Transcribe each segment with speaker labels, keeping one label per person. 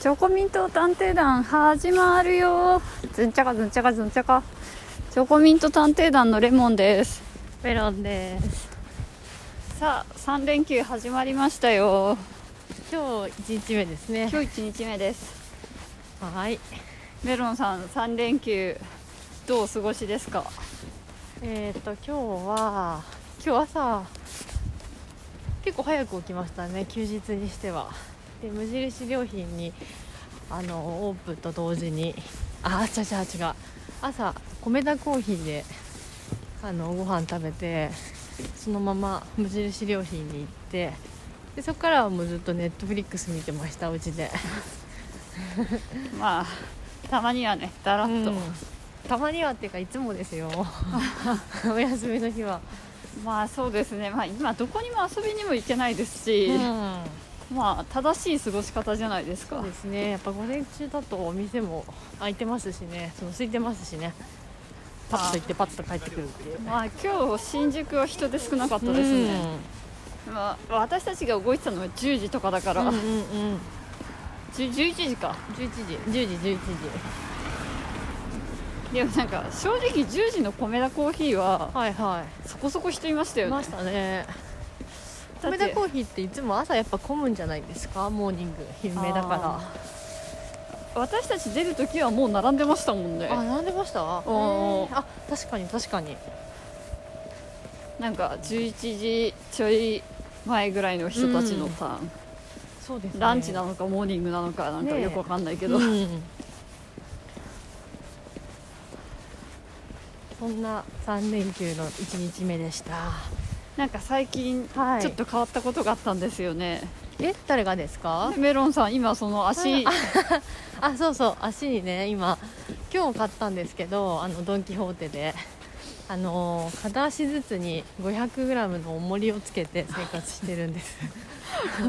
Speaker 1: チョコミント探偵団始まるよずんちゃかずんちゃかずんちゃかチョコミント探偵団のレモンです
Speaker 2: メロンです
Speaker 1: さあ3連休始まりましたよ
Speaker 2: 今日1日目ですね
Speaker 1: 今日1日目です
Speaker 2: はい、
Speaker 1: メロンさん3連休どうお過ごしですか
Speaker 2: えっ、と今日は今日朝結構早く起きましたね休日にしてはで無印良品にあのオープンと同時にあ違う違う違う朝米田コーヒーであのご飯食べてそのまま無印良品に行ってでそこからはもうずっとネットフリックス見てましたうちで
Speaker 1: まあたまにはねだらっと、
Speaker 2: うんたまにはっていうかいつもです よお休みの日は、
Speaker 1: まあそうですねまあ今どこにも遊びにも行けないですし、まあ正しい過ごし方じゃないです
Speaker 2: そ
Speaker 1: か
Speaker 2: うですねやっぱ午前中だとお店も開いてますしねその空いてますしねパッと行ってパッと帰ってくるっていう
Speaker 1: まあ今日新宿は人で少なかったですね、まあ、私たちが動いてたのは10時とかだか
Speaker 2: うん
Speaker 1: ら、
Speaker 2: うんうん
Speaker 1: じゅ11時か
Speaker 2: 11時10時11時
Speaker 1: でもなんか正直10時の米田コーヒーは
Speaker 2: はいは
Speaker 1: そこそこ人いました
Speaker 2: いい
Speaker 1: よ
Speaker 2: ま
Speaker 1: ね
Speaker 2: したね
Speaker 1: だっ
Speaker 2: 梅
Speaker 1: て
Speaker 2: 田コーヒーっていつも朝やっぱ混むんじゃないですかモーニング昼
Speaker 1: あ
Speaker 2: 寝
Speaker 1: ー
Speaker 2: だか
Speaker 1: 私たち出る時はもう並んでましたもんね
Speaker 2: らあ並んでましたあ
Speaker 1: ー
Speaker 2: 確かに確かに
Speaker 1: なんか11時ちょい前ぐらいの人たちのさ、
Speaker 2: そうですね
Speaker 1: ランチなのかモーニングなのかなんか
Speaker 2: ねえ
Speaker 1: よくわかんないけ
Speaker 2: け
Speaker 1: ど、
Speaker 2: そんな3連休の1日目でした
Speaker 1: なんか最近
Speaker 2: はい
Speaker 1: ちょっと変わったことがあったんですよね、
Speaker 2: え誰がですか
Speaker 1: でメロンさん今その足
Speaker 2: あそうそう足にね今今日買ったんですけどあのドン・キホーテであのー片足ずつに 500g の重りをつけて生活してるん です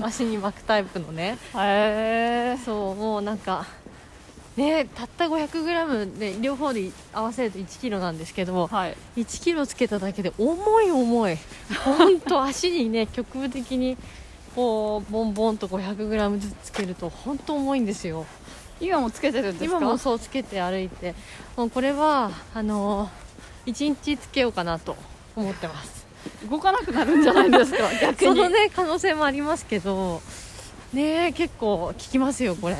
Speaker 2: 足に巻くタイプのね
Speaker 1: へえ
Speaker 2: そうもうなんかねたった 500g で両方で合わせると 1kg なんですけど
Speaker 1: はい
Speaker 2: 1キロつけただけで重い重い本当足にね 局部的にこうボンボンと 500g ずつつけると本当重いんですよ
Speaker 1: 今もつけてるんですか
Speaker 2: 今もそうつけて歩いてもうこれはあの1日つけようかなと思って ます
Speaker 1: 動かなくなるんじゃない ですか逆
Speaker 2: そ
Speaker 1: に
Speaker 2: のね可能性もありますけどねえ結構効きますよこれ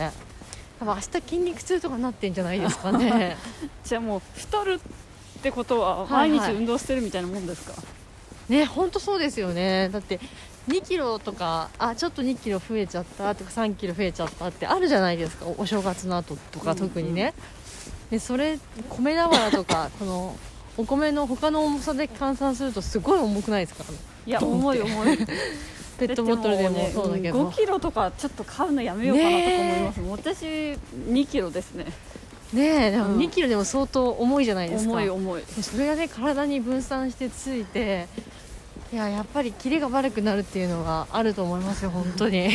Speaker 2: 多分明日筋肉痛とかなってんじゃないですか ね
Speaker 1: じゃあもう太るってことは
Speaker 2: はい
Speaker 1: 毎
Speaker 2: は
Speaker 1: 日
Speaker 2: い
Speaker 1: 運動してるみたいなもんですか、
Speaker 2: ね本当そうですよねだって2キロとかあちょっと2キロ増えちゃったとか3キロ増えちゃったってあるじゃないですかおお正月の後と
Speaker 1: うん
Speaker 2: か
Speaker 1: うん
Speaker 2: 特にね、でそれ米俵とか このお米の他の重さで換算するとすごい重くないですか
Speaker 1: い、や重い重 い
Speaker 2: ペットボトルでもそうだけど、
Speaker 1: 5キロとかちょっと買うのやめようかなとか思います、私2キロですね
Speaker 2: ねえで
Speaker 1: う
Speaker 2: も
Speaker 1: ん
Speaker 2: 2キロでも相当重いじゃないですか
Speaker 1: 重い重い
Speaker 2: それがね体に分散してついていややっぱりキレが悪くなるっていうのがあると思いますよ本当に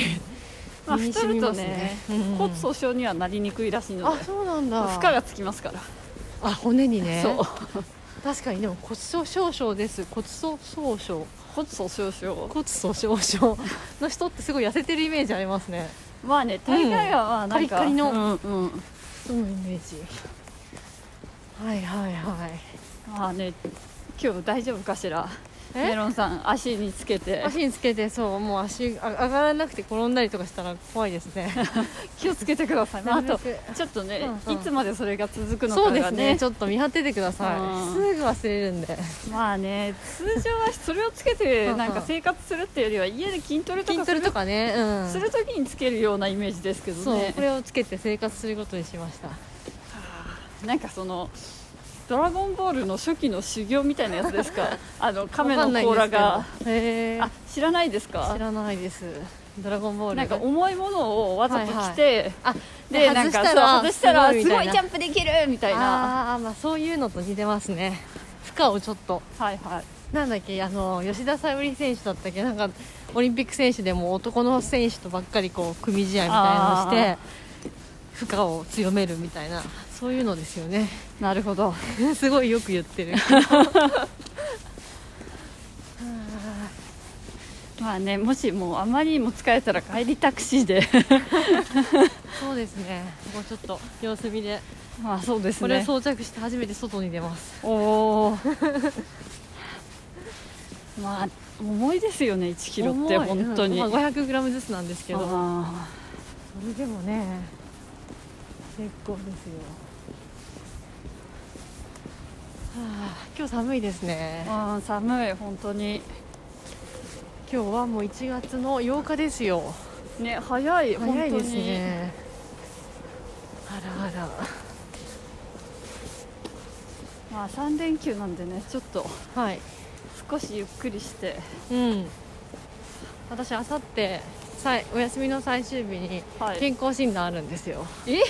Speaker 1: まあ
Speaker 2: 身に
Speaker 1: 太
Speaker 2: 染
Speaker 1: る
Speaker 2: み
Speaker 1: と
Speaker 2: ます
Speaker 1: ね、
Speaker 2: うんうん
Speaker 1: 骨粗しょうにはなりにくいらしいの
Speaker 2: あ
Speaker 1: で
Speaker 2: そうなんだ
Speaker 1: 負荷がつきますから、
Speaker 2: あ骨にね
Speaker 1: そう
Speaker 2: 確かにでも骨粗鬆症です骨粗鬆症
Speaker 1: 骨粗しょう症
Speaker 2: 骨粗鬆症の人ってすごい痩せてるイメージありますね
Speaker 1: まあね大概はまあなんか、
Speaker 2: カリカリの
Speaker 1: うんうん
Speaker 2: そのイメージはいはいはい
Speaker 1: まあね今日大丈夫かしらメ
Speaker 2: え
Speaker 1: ロンさん足につけて
Speaker 2: 足につけてそうもう足あ上がらなくて転んだりとかしたら怖いです ね
Speaker 1: 気をつけてください、まあ、あとちょっとね、
Speaker 2: うんうん
Speaker 1: いつまでそれが続くの
Speaker 2: そう
Speaker 1: か
Speaker 2: です
Speaker 1: が
Speaker 2: ね
Speaker 1: ね
Speaker 2: ちょっと見張っててくださ
Speaker 1: うん
Speaker 2: いすぐ忘れるんで
Speaker 1: まあね通常はそれをつけて
Speaker 2: うんうん
Speaker 1: なんか生活するっていうよりは家で筋トレと
Speaker 2: 筋
Speaker 1: か
Speaker 2: ト
Speaker 1: す
Speaker 2: レ
Speaker 1: る
Speaker 2: とかねうん
Speaker 1: する時につけるようなイメージですけど
Speaker 2: そう
Speaker 1: ね
Speaker 2: これをつけて生活することにしました
Speaker 1: なんかその「ドラゴンボール」の初期の修行みたいなやつです かあの亀の甲羅が
Speaker 2: わかんないですけどへえ
Speaker 1: あ知らないですか
Speaker 2: 知らないですドラゴンボール
Speaker 1: なんか重いものをわざと着て、
Speaker 2: あ
Speaker 1: でなんかそう外したらすごいジャ
Speaker 2: ンプ
Speaker 1: ンプできるみたいな
Speaker 2: あーまあそういうのと似てますね負荷をちょっと
Speaker 1: はいはい
Speaker 2: なんだっけあの吉田沙保里選手だったっけなんかオリンピック選手でも男の選手とばっかりこう組試合みたいなのして負荷を強めるみたいなそういうのですよね
Speaker 1: なるほど
Speaker 2: すごいよく言ってる
Speaker 1: まあねもしもうあまりにも疲れたら帰りタクシーで
Speaker 2: そうでですねもうちょっと様子見で
Speaker 1: まあそうです
Speaker 2: これ
Speaker 1: ね
Speaker 2: 装着して初めて外に出ます
Speaker 1: おお まあ重いですよね1キロって
Speaker 2: 重い
Speaker 1: 本当に、
Speaker 2: うんまあ、500g ずつなんですけどそ
Speaker 1: あ
Speaker 2: れでもね結構ですよはあ今日寒いですね
Speaker 1: ーあー寒い本当に
Speaker 2: 今日はもう1月の8日ですよ
Speaker 1: ね早い本当に
Speaker 2: 早いですねあらあ
Speaker 1: まあ3連休なんでねちょっと
Speaker 2: らはい
Speaker 1: 少しゆっくりして
Speaker 2: うん私あさってさいお休みの最終日に
Speaker 1: はい
Speaker 2: 健康診断あるんですよ
Speaker 1: え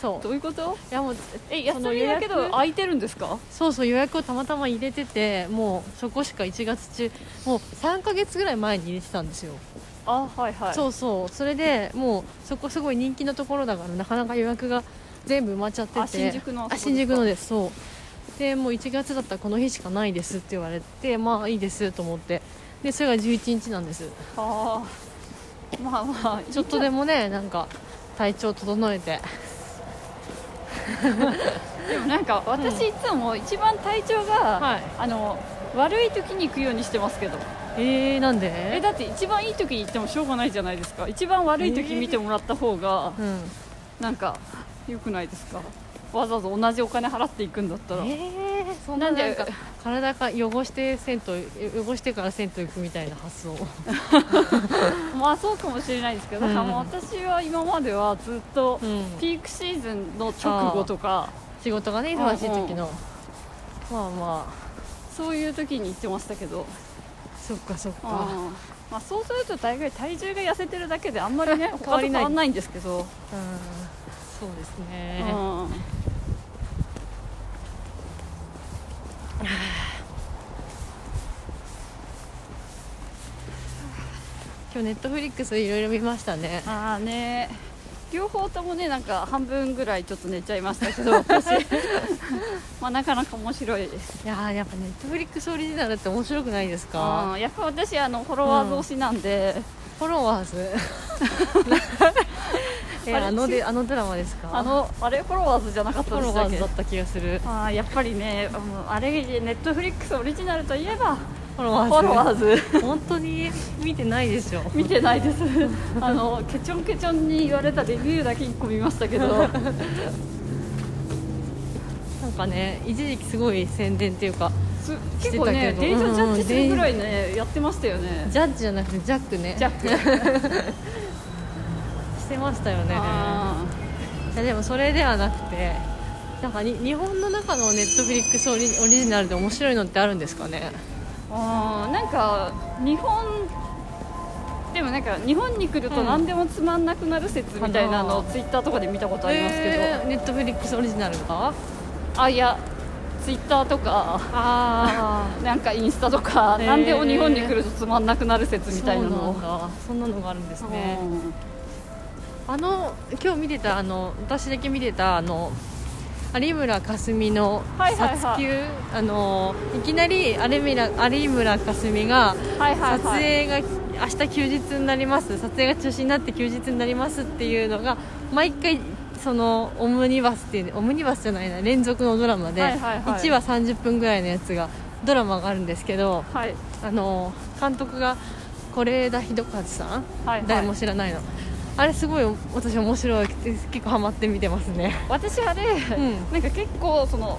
Speaker 2: そう
Speaker 1: どういうこと
Speaker 2: いやもう
Speaker 1: え
Speaker 2: そ
Speaker 1: 休
Speaker 2: の
Speaker 1: みだけ
Speaker 2: 予
Speaker 1: ど
Speaker 2: 約
Speaker 1: 空いてるんですか
Speaker 2: そうそう予約をたまたま入れててもうそこしか1月中もう3ヶ月ぐらい前に入れてたんですよ、
Speaker 1: あはいはい
Speaker 2: そうそうそれでもうそこすごい人気のところだからなかなか予約が全部埋まっちゃってて
Speaker 1: あ新宿のあそこ
Speaker 2: あ
Speaker 1: ですか
Speaker 2: 新宿のですそうでもう1月だったらこの日しかないですって言われてまあいいですと思ってでそれが11日なんです
Speaker 1: あーまあまあ
Speaker 2: ちょっとでもねなんか体調整えて
Speaker 1: でもなんか私いつも一番体調が、
Speaker 2: はい
Speaker 1: あの悪い時に行くようにしてますけど
Speaker 2: えー、なんで
Speaker 1: えだって一番いい時に行ってもしょうがないじゃないですか一番悪い時見てもらった方が
Speaker 2: うん
Speaker 1: なんか良くないですかわざわざ同じお金払っていくんだったら
Speaker 2: えー、そん
Speaker 1: な
Speaker 2: なん
Speaker 1: で
Speaker 2: なんか体が汚して銭湯汚してから銭湯行くみたいな発 想
Speaker 1: まあそうかもしれないですけど、
Speaker 2: うん
Speaker 1: だからもう私は今まではずっと
Speaker 2: うん
Speaker 1: ピークシーズンの直後とか、
Speaker 2: 仕事がね忙しい時のまあま
Speaker 1: そういう時に行ってましたけど、
Speaker 2: あそっかそっか
Speaker 1: あまあ、そうすると大概体重が痩せてるだけであんまりね
Speaker 2: 変わ
Speaker 1: 他と
Speaker 2: り
Speaker 1: 変
Speaker 2: ない
Speaker 1: わんないんですけど、
Speaker 2: うんそうです
Speaker 1: うん
Speaker 2: ね今日ネットフリックスいろいろ見ましたね
Speaker 1: ああね両方ともねなんか半分ぐらいちょっと寝ちゃいました けど私まあなかなか面白いです
Speaker 2: いやーやっぱネットフリックスオリジナルって面白くないですか
Speaker 1: うんやっぱ私あのフォロワー増しなんで、
Speaker 2: フォロワ ーズえ
Speaker 1: あれ
Speaker 2: あのであのドラマですか
Speaker 1: あのあれフォロワーズじゃなかっ
Speaker 2: フ
Speaker 1: た
Speaker 2: ォ
Speaker 1: でし
Speaker 2: ロ
Speaker 1: た
Speaker 2: ワ
Speaker 1: っ
Speaker 2: ー
Speaker 1: け
Speaker 2: ズだった気がする
Speaker 1: あーやっぱりね、あのあれネットフリックスオリジナルといえば
Speaker 2: フォロ
Speaker 1: フ
Speaker 2: ワーズ
Speaker 1: ォロワーズ
Speaker 2: 本当に見てないでしょ
Speaker 1: 見てないですあのケチョンケチョンに言われたレビューだけ1個見ましたけど
Speaker 2: なんかね一時期すごい宣伝っていうか
Speaker 1: す
Speaker 2: してた
Speaker 1: 結構
Speaker 2: けど
Speaker 1: ねデータジャッジするぐらい
Speaker 2: うん
Speaker 1: ね、やってましたよね
Speaker 2: ジャッジじゃなくてジャックね
Speaker 1: ジャック、
Speaker 2: してましたよね
Speaker 1: あ
Speaker 2: いやでもそれではなくてなんかに日本の中のネットフリックスオリオリジナルで面白いのってあるんですかね
Speaker 1: ーあーなんか日本でもなんか日本に来ると何でもつまんなくなる説みたいなのを
Speaker 2: うん
Speaker 1: ツイッターとかで見たことありますけど、
Speaker 2: えーネットフリックスオリジナルか
Speaker 1: あいやツイッターとか
Speaker 2: ああ
Speaker 1: なんかインスタとか、
Speaker 2: へー
Speaker 1: なんでも日本に来るとつまんなくなる説み
Speaker 2: み
Speaker 1: た
Speaker 2: たい
Speaker 1: い
Speaker 2: な
Speaker 1: なの
Speaker 2: の
Speaker 1: を
Speaker 2: がそんなのがあるんですね
Speaker 1: うん
Speaker 2: あの今日見てたあの私だけ見てたあの有村架純の
Speaker 1: はいはいはい
Speaker 2: 撮球、あのいきなり有村有村架純が
Speaker 1: はいはい
Speaker 2: 撮
Speaker 1: はい
Speaker 2: 影が明日休日になります撮影が中止になって休日になりますっていうのが毎回そのオムニバスっていうオムニバスじゃないな連続のドラマで、
Speaker 1: はいはいはい
Speaker 2: 1話30分ぐらいのやつがドラマがあるんですけど
Speaker 1: はい
Speaker 2: あの監督が是枝裕和さん、
Speaker 1: はいはい
Speaker 2: 誰も知らないのあれすごい私面白くて結構ハマって見てますね
Speaker 1: 私あれ、
Speaker 2: ん
Speaker 1: なんか結構その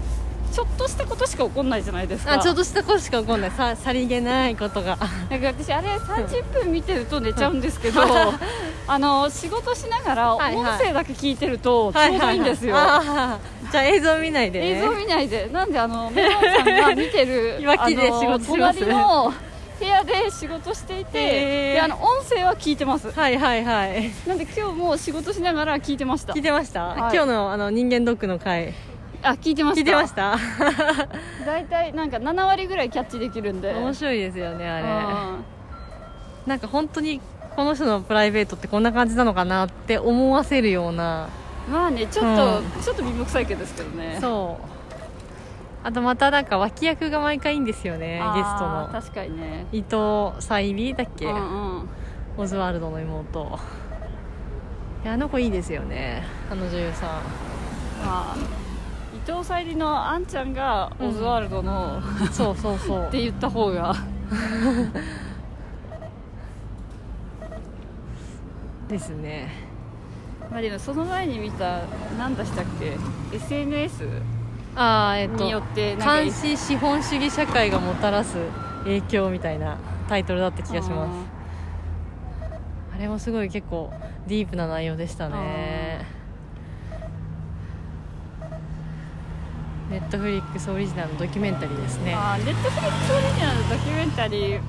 Speaker 1: ちょっとしたことしか起こんないじゃないですか
Speaker 2: あちょっとしたことしか起こんないささりげないこ とが
Speaker 1: なんか私あれ30分見てると寝ちゃうんですけど、 あの仕事しながら
Speaker 2: はい
Speaker 1: 音
Speaker 2: はい
Speaker 1: 声だけ聞いてるとちょうどいいんですよ、
Speaker 2: あーじゃあ映像見ないで、ね、
Speaker 1: 映像見ないでなんであのメロンさんが見てる
Speaker 2: 今木で仕事
Speaker 1: あの
Speaker 2: します
Speaker 1: 隣の部屋で仕事していて、
Speaker 2: へー
Speaker 1: であの音声は聞いてます
Speaker 2: はいはいはい
Speaker 1: なんで今日も仕事しながら聞いてました
Speaker 2: 聞いてました、
Speaker 1: はい
Speaker 2: 今日のあの人間ドックの回
Speaker 1: あ聞いてました
Speaker 2: 聞いてました
Speaker 1: 大体なんか7割ぐらいキャッチできるんで
Speaker 2: 面白いですよねあ
Speaker 1: あ
Speaker 2: れなんか本当にこの人のプライベートってこんな感じなのかなって思わせるような
Speaker 1: ーまあねちょっと、
Speaker 2: うん
Speaker 1: ちょっと貧乏くさいけどですけどね
Speaker 2: そうあとまたなんか脇役が毎回いいんですよねゲスト
Speaker 1: あー
Speaker 2: の
Speaker 1: 確かにね
Speaker 2: 伊藤沙莉だっけ
Speaker 1: うんうん
Speaker 2: オズワルドの妹いやあの子いいですよねあの女優さん
Speaker 1: あ伊藤沙莉のあんちゃんがオズワルドの、っ
Speaker 2: そうそうそう
Speaker 1: て言った方が
Speaker 2: ですね
Speaker 1: まあでもその前に見た何でしたっけ SNS
Speaker 2: ああえっと
Speaker 1: によってなんか
Speaker 2: 監視資本主義社会がもたらす影響みたいなタイトルだった気がしますあれもすごい結構ディープな内容でしたねネットフリックスオリジナルのドキュメンタリーですね
Speaker 1: あネットフリックスオリジナルのドキュメンタリー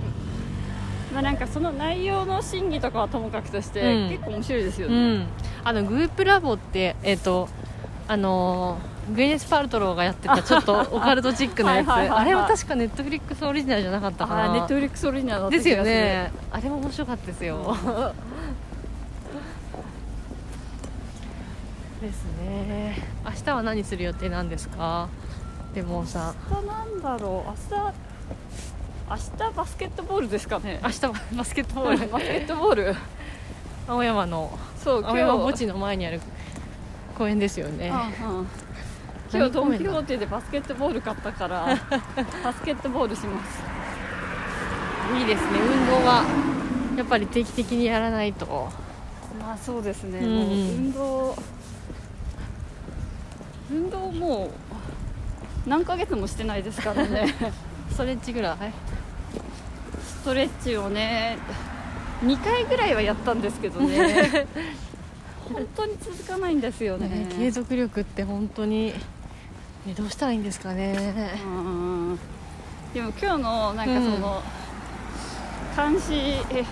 Speaker 1: まあなんかその内容の審議とかはともかくとして、
Speaker 2: うん
Speaker 1: 結構面白いですよ
Speaker 2: う
Speaker 1: ね、
Speaker 2: んあのグープラボってえっ、とあのーグエネス・パルトローがやってたちょっとオカルトチックなやつ
Speaker 1: はいはいはいはい
Speaker 2: あれは確かネットフリックスオリジナルじゃなかったか
Speaker 1: あ
Speaker 2: な
Speaker 1: ネットフリックスオリジナルだった
Speaker 2: で
Speaker 1: 気が
Speaker 2: す
Speaker 1: する
Speaker 2: よねあれも面白かったですよですね明日は何する予定なんですかレモンさん
Speaker 1: 明日なんだろう明日明日バスケットボールですかね
Speaker 2: 明日はバスケットボ
Speaker 1: バスケ
Speaker 2: ール
Speaker 1: ットボー ル
Speaker 2: 青山の
Speaker 1: そう今
Speaker 2: 青
Speaker 1: 日
Speaker 2: 山墓地の前にある公園ですよね
Speaker 1: うんうん今
Speaker 2: 何
Speaker 1: 日ド
Speaker 2: 公
Speaker 1: ン・
Speaker 2: 園
Speaker 1: キ
Speaker 2: だ
Speaker 1: ホーテでバスケットボール買ったからバスケットボールします
Speaker 2: いいですね運動はやっぱり定期的にやらないと
Speaker 1: まあそうですね、
Speaker 2: うん
Speaker 1: もう運動運動もう何ヶ月もしてないですから ね
Speaker 2: ストレッチぐらい
Speaker 1: ストレッチをね2回ぐらいはやったんですけど ね本当に続かないんですよね
Speaker 2: ね継続力って本当に、ね、どうしたらいいんですかね
Speaker 1: うんでも今日のなんかその、監視え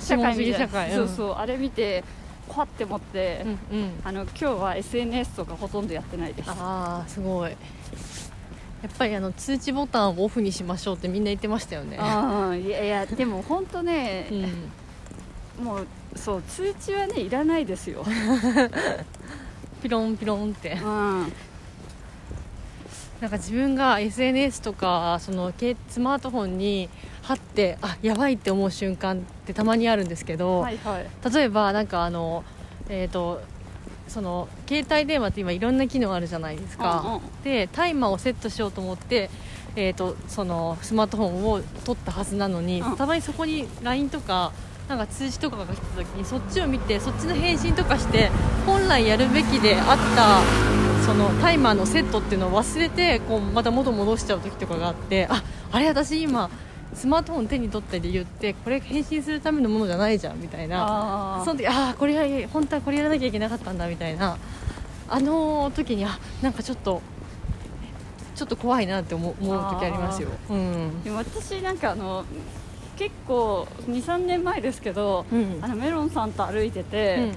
Speaker 1: 社会み
Speaker 2: 資本主義
Speaker 1: た
Speaker 2: 社
Speaker 1: いな、
Speaker 2: 会
Speaker 1: そううんそうあれ見てパッて持って、
Speaker 2: うんうん
Speaker 1: あの今日は SNS とかほとんどやってないです
Speaker 2: ああすごいやっぱりあの通知ボタンをオフにしましょうってみんな言ってましたよね
Speaker 1: あーいやいやでも本当ね
Speaker 2: う、ん、
Speaker 1: もうそう通知はねいらないです よ、
Speaker 2: ピロンピロンって
Speaker 1: うん、
Speaker 2: なんか自分が SNS とかそのけスマートフォンに貼ってあやばいって思う瞬間ってたまにあるんですけど、
Speaker 1: はいはい
Speaker 2: 例えばなんかあのえっ、とその携帯電話って今いろんな機能あるじゃないですか、
Speaker 1: うんうん
Speaker 2: でタイマーをセットしようと思って、えー、とそのスマートフォンを取ったはずなのに、
Speaker 1: うん
Speaker 2: たまにそこに LINE とかなんか通知とかが来た時にそっちを見てそっちの返信とかして本来やるべきであったそのタイマーのセットっていうのを忘れてこうまた元戻しちゃう時とかがあってああれ私今スマートフォン手に取った理由ってこれ返信するためのものじゃないじゃんみたいな
Speaker 1: あ
Speaker 2: その時ああこれや本当はこれやらなきゃいけなかったんだみたいなあの時にあなんかちょっとちょっと怖いなって思う思う時ありますよ、うん
Speaker 1: ーでも私なんかあの結構23年前ですけど、
Speaker 2: うん
Speaker 1: あのメロンさんと歩いてて、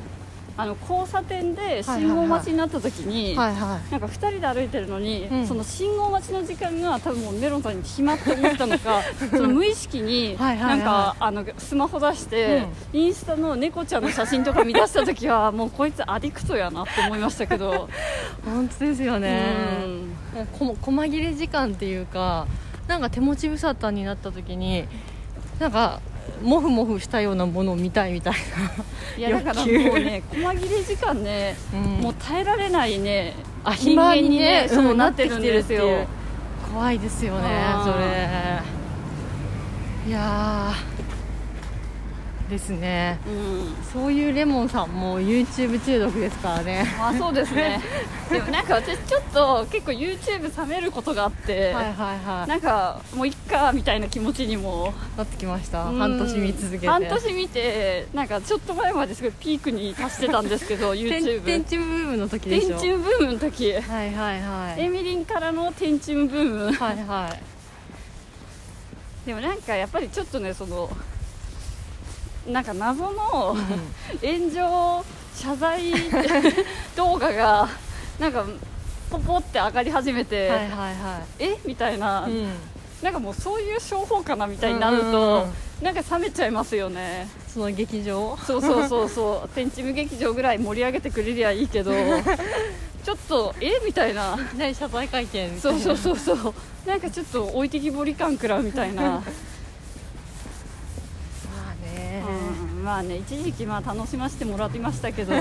Speaker 2: うん、
Speaker 1: あの交差点で信号待ちになった時に、
Speaker 2: はいは
Speaker 1: なんか2人で歩いてるのに、
Speaker 2: うん
Speaker 1: その信号待ちの時間が多分もうメロンさんに暇って思ったのか その無意識に
Speaker 2: はいはいは
Speaker 1: ないんかあのスマホ出して、インスタの猫ちゃんの写真とか見出した時はもうこいつアディクトやなって思いましたけど、
Speaker 2: い本当ですよ
Speaker 1: う
Speaker 2: ね
Speaker 1: ん
Speaker 2: なんかこも細切れ時間っていうかなんか手持ち無沙汰になった時になんかモフモフしたようなものを見たいみたい
Speaker 1: いやだからもうね細切れ時間ね、
Speaker 2: な、
Speaker 1: も
Speaker 2: も
Speaker 1: う
Speaker 2: う
Speaker 1: 耐えられないね
Speaker 2: あ
Speaker 1: 人間にね
Speaker 2: 暇
Speaker 1: そう
Speaker 2: うん
Speaker 1: なってるんですよ
Speaker 2: なってきてるっていう怖いですよね
Speaker 1: あー
Speaker 2: それいやーですね
Speaker 1: うん
Speaker 2: そういうレモンさんも YouTube 中毒ですからね
Speaker 1: まあそうです ねでもなんか私ちょっと結構 YouTube 冷めることがあって、
Speaker 2: はいはいはい
Speaker 1: なんかもういっかみたいな気持ちにも
Speaker 2: なってきました
Speaker 1: うん
Speaker 2: 半年見続けて
Speaker 1: 半年見てなんかちょっと前まですごいピークに達してたんですけ ど
Speaker 2: 天
Speaker 1: YouTube
Speaker 2: 天中ブームの時で
Speaker 1: 天
Speaker 2: しょ
Speaker 1: 中ブームの時
Speaker 2: はいはいはい
Speaker 1: エミリンからの天中ブーム
Speaker 2: はいはい
Speaker 1: でもなんかやっぱりちょっとねそのなんか謎の炎上謝罪動画 がなんかポポって上がり始めて、
Speaker 2: はいはいは
Speaker 1: えみたいな、
Speaker 2: いうん
Speaker 1: なんかもうそういう商法かなみたいになると、
Speaker 2: うんうんうん
Speaker 1: なんか冷めちゃいますよね
Speaker 2: その劇場
Speaker 1: そうそうそうそう天チム劇場ぐらい盛り上げてくれりゃいい けどちょっとえみたいない
Speaker 2: きなり謝罪会見みたい
Speaker 1: そう
Speaker 2: な
Speaker 1: そうそうそうなんかちょっと 置いてきぼり感食らうみたいな、
Speaker 2: まあね
Speaker 1: うんまあね一時期まあ楽しませてもらってましたけ ど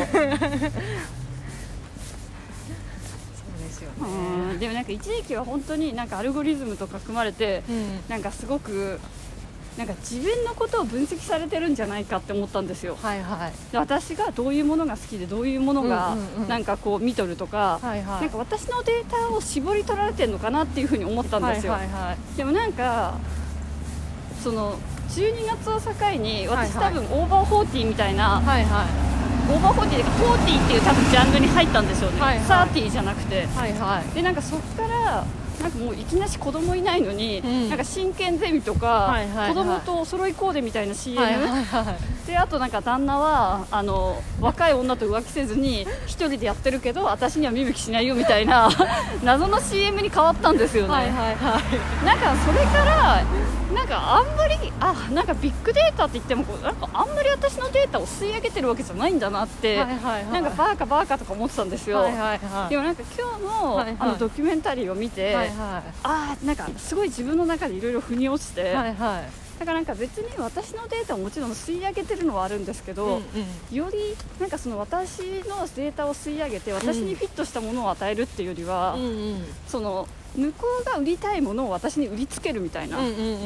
Speaker 2: そうですよね
Speaker 1: うんでもなんか一時期は本当になんかアルゴリズムとか組まれて
Speaker 2: うん
Speaker 1: なんかすごくなんか自分のことを分析されてるんじゃないかって思ったんですよ
Speaker 2: はいはい
Speaker 1: で私がどういうものが好きでどういうものが
Speaker 2: うんうんうん
Speaker 1: なんかこう見とるとか、
Speaker 2: はいはい
Speaker 1: なんか私のデータを絞り取られてるのかなっていうふうに思ったんですよ、
Speaker 2: はいはいはい
Speaker 1: でもなんかその12月を境に私
Speaker 2: は
Speaker 1: 多
Speaker 2: いは
Speaker 1: 分
Speaker 2: い
Speaker 1: オーバーフォーティーみたいな、
Speaker 2: はいは
Speaker 1: オーバーフォーティーでフォーティーっていう多分ジャンルに入ったんですよね、
Speaker 2: はいはい
Speaker 1: サーティーじゃなくて
Speaker 2: いはいはい
Speaker 1: でなんかそっからなんかもういきなし子供いないのに、
Speaker 2: うん
Speaker 1: なんか真剣ゼミとか、
Speaker 2: はいはいは
Speaker 1: 子
Speaker 2: い
Speaker 1: 供とお揃いコーデみたいな CM、
Speaker 2: はいはいはい
Speaker 1: であとなんか旦那はあの若い女と浮気せずに一人でやってるけど私には見向きしないよみたいな 謎の CM に変わったんですよね、
Speaker 2: はいはいはい
Speaker 1: なんかそれからなんかあんまりあなんかビッグデータって言ってもこうなんかあんまり私のデータを吸い上げてるわけじゃないんだなって、
Speaker 2: はいはいはい
Speaker 1: なんかバーカバーカとか思ってたんですよ、
Speaker 2: はいはいはい
Speaker 1: でもなんか今日の,、
Speaker 2: はいはい
Speaker 1: あのドキュメンタリーを見て、
Speaker 2: はいはい
Speaker 1: ああなんかすごい自分の中でいろいろ腑に落ちて、
Speaker 2: はいはい
Speaker 1: だからなんか別に私のデータももちろん吸い上げてるのはあるんですけど、よりなんかその私のデータを吸い上げて私にフィットしたものを与えるっていうよりは、
Speaker 2: うんうん
Speaker 1: その向こうが売りたいものを私に売りつけるみたいな、
Speaker 2: うんうんうん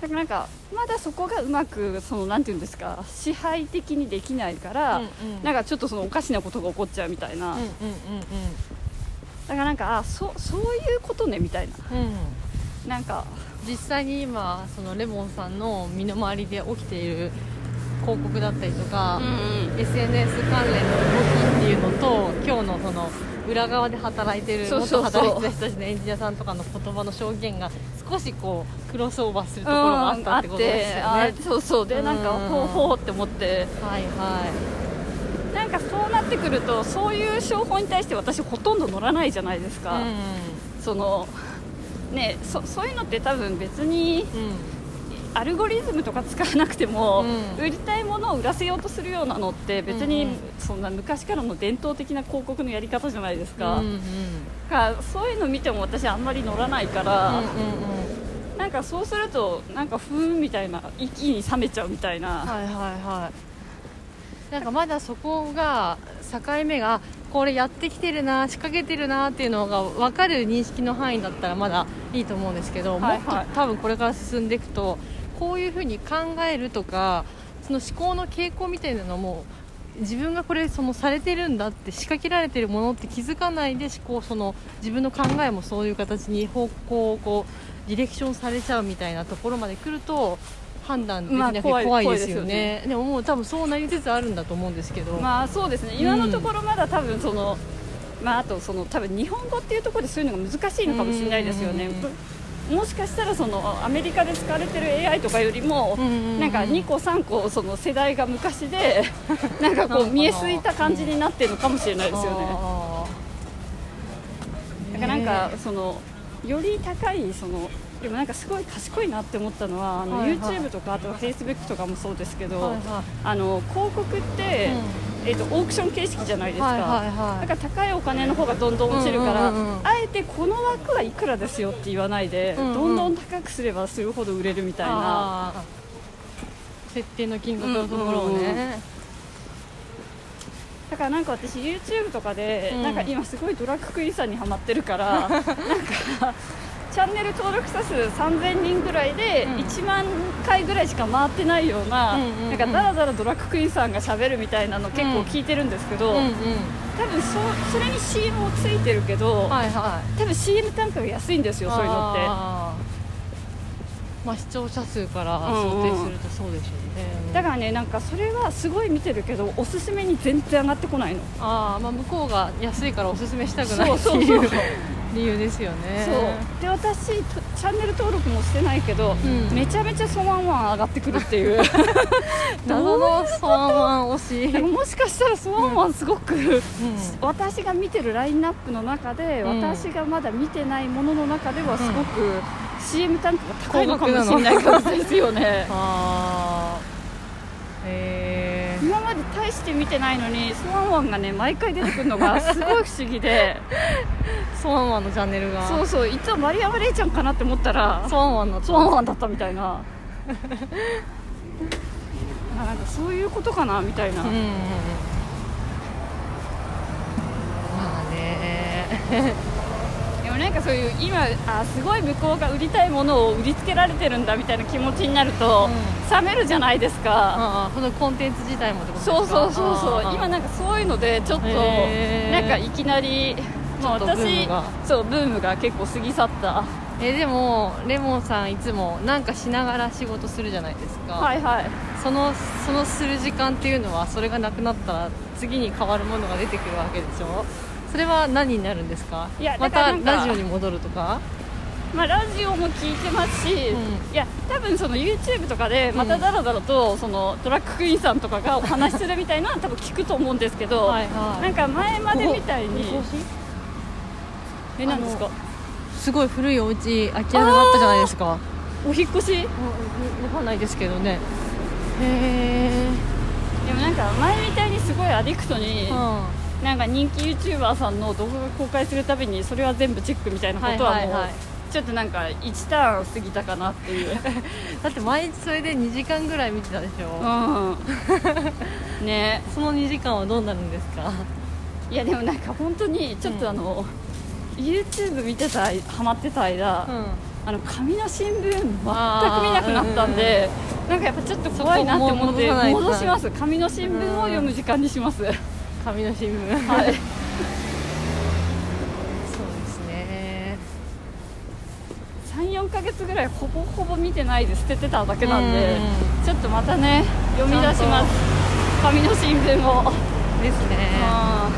Speaker 1: だからなんかまだそこがうまくそのなんていうんですか支配的にできないから、なんかちょっとそのおかしなことが起こっちゃうみたいな、だ
Speaker 2: うんう
Speaker 1: か
Speaker 2: ん
Speaker 1: らなんかあそそういうことねみたいな
Speaker 2: うんうんうん
Speaker 1: なんか
Speaker 2: 実際に今そのレモンさんの身の回りで起きている広告だったりとか、SNS 関連の動きっていうのと今日のその裏側で働いてる
Speaker 1: そうそうそう
Speaker 2: 元働いてた人たちのエンジニアさんとかの言葉の証言が少しこうクロスオーバーするところがあったってことですよね、
Speaker 1: うんあってあそうそうでなんか
Speaker 2: うん
Speaker 1: ほうほうって思って
Speaker 2: はいは
Speaker 1: なんかそうなってくるとそういう商法に対して私ほとんど乗らないじゃないですか、
Speaker 2: い
Speaker 1: そのねそそういうのって多分別に
Speaker 2: うんうん
Speaker 1: アルゴリズムとか使わなくても、
Speaker 2: うん
Speaker 1: 売りたいものを売らせようとするようなのって別に
Speaker 2: うんうん
Speaker 1: そんな昔からの伝統的な広告のやり方じゃないですか,、
Speaker 2: うんうん
Speaker 1: かそういうの見ても私あんまり乗らないから、
Speaker 2: うんうんうん
Speaker 1: なんかそうするとなんかふーんみたいな一気に冷めちゃうみたいな、
Speaker 2: はいはいはいなんかまだそこが境目があこれやってきてるな仕掛けてるなっていうのが分かる認識の範囲だったらまだいいと思うんですけど、
Speaker 1: はいはい
Speaker 2: もっと多分これから進んでいくとこういうふうに考えるとかその思考の傾向みたいなのも自分がこれそのされてるんだって仕掛けられてるものって気づかないで思考その自分の考えもそういう形に方向をこうディレクションされちゃうみたいなところまで来ると判断できなく
Speaker 1: ま
Speaker 2: て
Speaker 1: あ怖い
Speaker 2: 怖いですよ
Speaker 1: 怖いで
Speaker 2: ね。でももう多分そうなりつつあるんだと思うんですけど、
Speaker 1: まあそうですね今のところまだ多分その、まああとその多分日本語っていうところでそういうのが難しいのかもしれないですよね
Speaker 2: うんうんうん、
Speaker 1: もしかしたらそのアメリカで使われてる AI とかよりも、
Speaker 2: うんうんうん
Speaker 1: なんか2個3個その世代が昔 でなんかこう見えすぎた感じになってるのかもしれないですよね
Speaker 2: あー
Speaker 1: だからなんかそのより高いそのでもなんかすごい賢いなって思ったのはあの
Speaker 2: はいはい
Speaker 1: YouTube とかあと Facebook とかもそうですけ
Speaker 2: ね
Speaker 1: ど、
Speaker 2: はいは
Speaker 1: あの広告って、えっとオークション形式じゃないで
Speaker 2: い
Speaker 1: すか、
Speaker 2: はいはいは
Speaker 1: だか
Speaker 2: い
Speaker 1: ら高いお金の方がどんどん落ちるから、
Speaker 2: うんうんうんうん
Speaker 1: あえてこの枠はいくらですよって言わないで、
Speaker 2: うんうん
Speaker 1: どんどん高くすればするほど売れるみたいな
Speaker 2: あー設定の金額のところを
Speaker 1: うんうんう
Speaker 2: ね、
Speaker 1: だからなんか私 YouTube とかで、
Speaker 2: うん
Speaker 1: なんか今すごいドラッグクイーンさんにハマってるから なんかチャンネル登録者数3000人ぐらいで
Speaker 2: うん
Speaker 1: 1万回ぐらいしか回ってないような、
Speaker 2: うんうんうん
Speaker 1: なんかダラダラドラッグクイーンさんがしゃべるみたいなの結構聞いてるんですけど、
Speaker 2: うんうん
Speaker 1: 多分そそれに CM もついてるけど、
Speaker 2: はいはい
Speaker 1: 多分 CM 単価が安いんですよそういうのって。
Speaker 2: あーまあ視聴者数から想定するとそうでしょうね、
Speaker 1: だからねなんかそれはすごい見てるけどおすすめに全然上がってこないの、
Speaker 2: ああまあ向こうが安いからおすすめしたくないって
Speaker 1: そうそう
Speaker 2: い
Speaker 1: そう
Speaker 2: う理由ですよね
Speaker 1: そうで私とチャンネル登録もしてないけど、
Speaker 2: うん
Speaker 1: めちゃめちゃそワンワン上がってくるっていう
Speaker 2: 謎のそうワ
Speaker 1: なん
Speaker 2: ン
Speaker 1: か
Speaker 2: 推し
Speaker 1: もしかしたらそワンワンすごく、
Speaker 2: うん
Speaker 1: 私が見てるラインナップの中で、
Speaker 2: うん
Speaker 1: 私がまだ見てないものの中ではすごく、CM 単価が高いのか
Speaker 2: 高
Speaker 1: も
Speaker 2: 額
Speaker 1: し
Speaker 2: な
Speaker 1: れ
Speaker 2: の
Speaker 1: ない感じですよ ね
Speaker 2: あーえ
Speaker 1: 今まで大して見てないのにそワンワンがね毎回出てくるのがすごい不思議で
Speaker 2: ー、ソワンワンのチャンネルが
Speaker 1: そうそういつもマリアムレイちゃんかなって思ったら
Speaker 2: ソワンワンの
Speaker 1: そうなんだったみたいな あなんかそういうことかなみたいな、
Speaker 2: うんうんうんまあね
Speaker 1: でもなんかそういう今あすごい向こうが売りたいものを売りつけられてるんだみたいな気持ちになると、
Speaker 2: う
Speaker 1: 冷めるじゃないですか、
Speaker 2: ああこのコンテンツ自体もってことですか
Speaker 1: そうそうそうそう今なんかそういうのでちょっと
Speaker 2: へー
Speaker 1: なんかいきなりもう
Speaker 2: ちょっとブー
Speaker 1: 私
Speaker 2: ムが
Speaker 1: そうブームが結構過ぎ去った
Speaker 2: えでもレモンさんいつもなんかしながら仕事するじゃないですか、
Speaker 1: はいはい
Speaker 2: そのそのする時間っていうのはそれがなくなったら次に変わるものが出てくるわけでしょそれは何になるんですか
Speaker 1: いや
Speaker 2: ま
Speaker 1: だから
Speaker 2: た
Speaker 1: なんか
Speaker 2: ラジオに戻るとか
Speaker 1: まあ、ラジオも聞いてますし、
Speaker 2: う
Speaker 1: い
Speaker 2: ん
Speaker 1: や多分その YouTube とかでまただらだらとそのドラッグクイーンさんとかがお話しするみたいなの は多分聞くと思うんですけど、
Speaker 2: はいはい
Speaker 1: なんか前までみたいに
Speaker 2: おお更新
Speaker 1: えなんですか
Speaker 2: すごい古いお家空き家があったじゃないですか
Speaker 1: お引っ越しで
Speaker 2: わかんないですけどねへえ
Speaker 1: もなんか前みたいにすごいアディクトに、
Speaker 2: うん
Speaker 1: なんか人気 YouTuber さんの動画が公開するたびにそれは全部チェックみたいなことはもう、
Speaker 2: はいはいはい
Speaker 1: ちょっとなんか1ターン過ぎたかなって いう、
Speaker 2: だって毎日それで2時間ぐらい見てたでし
Speaker 1: う
Speaker 2: ょ、
Speaker 1: ん、ね
Speaker 2: その2時間はどうなるんですか
Speaker 1: いやでもなんか本当にちょっ
Speaker 2: うん
Speaker 1: とあの、YouTube 見てたハマってた間、
Speaker 2: う
Speaker 1: あの紙の新聞全く見なくなったんで、なんかやっぱちょっと怖いなって思って
Speaker 2: そこも戻さないと
Speaker 1: 戻します紙の新聞を読む時間にします、はい
Speaker 2: ん 紙の新聞そうですね
Speaker 1: 34ヶ月ぐらいほぼほぼ見てないで捨ててただけなんで、
Speaker 2: う
Speaker 1: ちょっとまたね読み出します紙の新聞を、
Speaker 2: ですね
Speaker 1: あ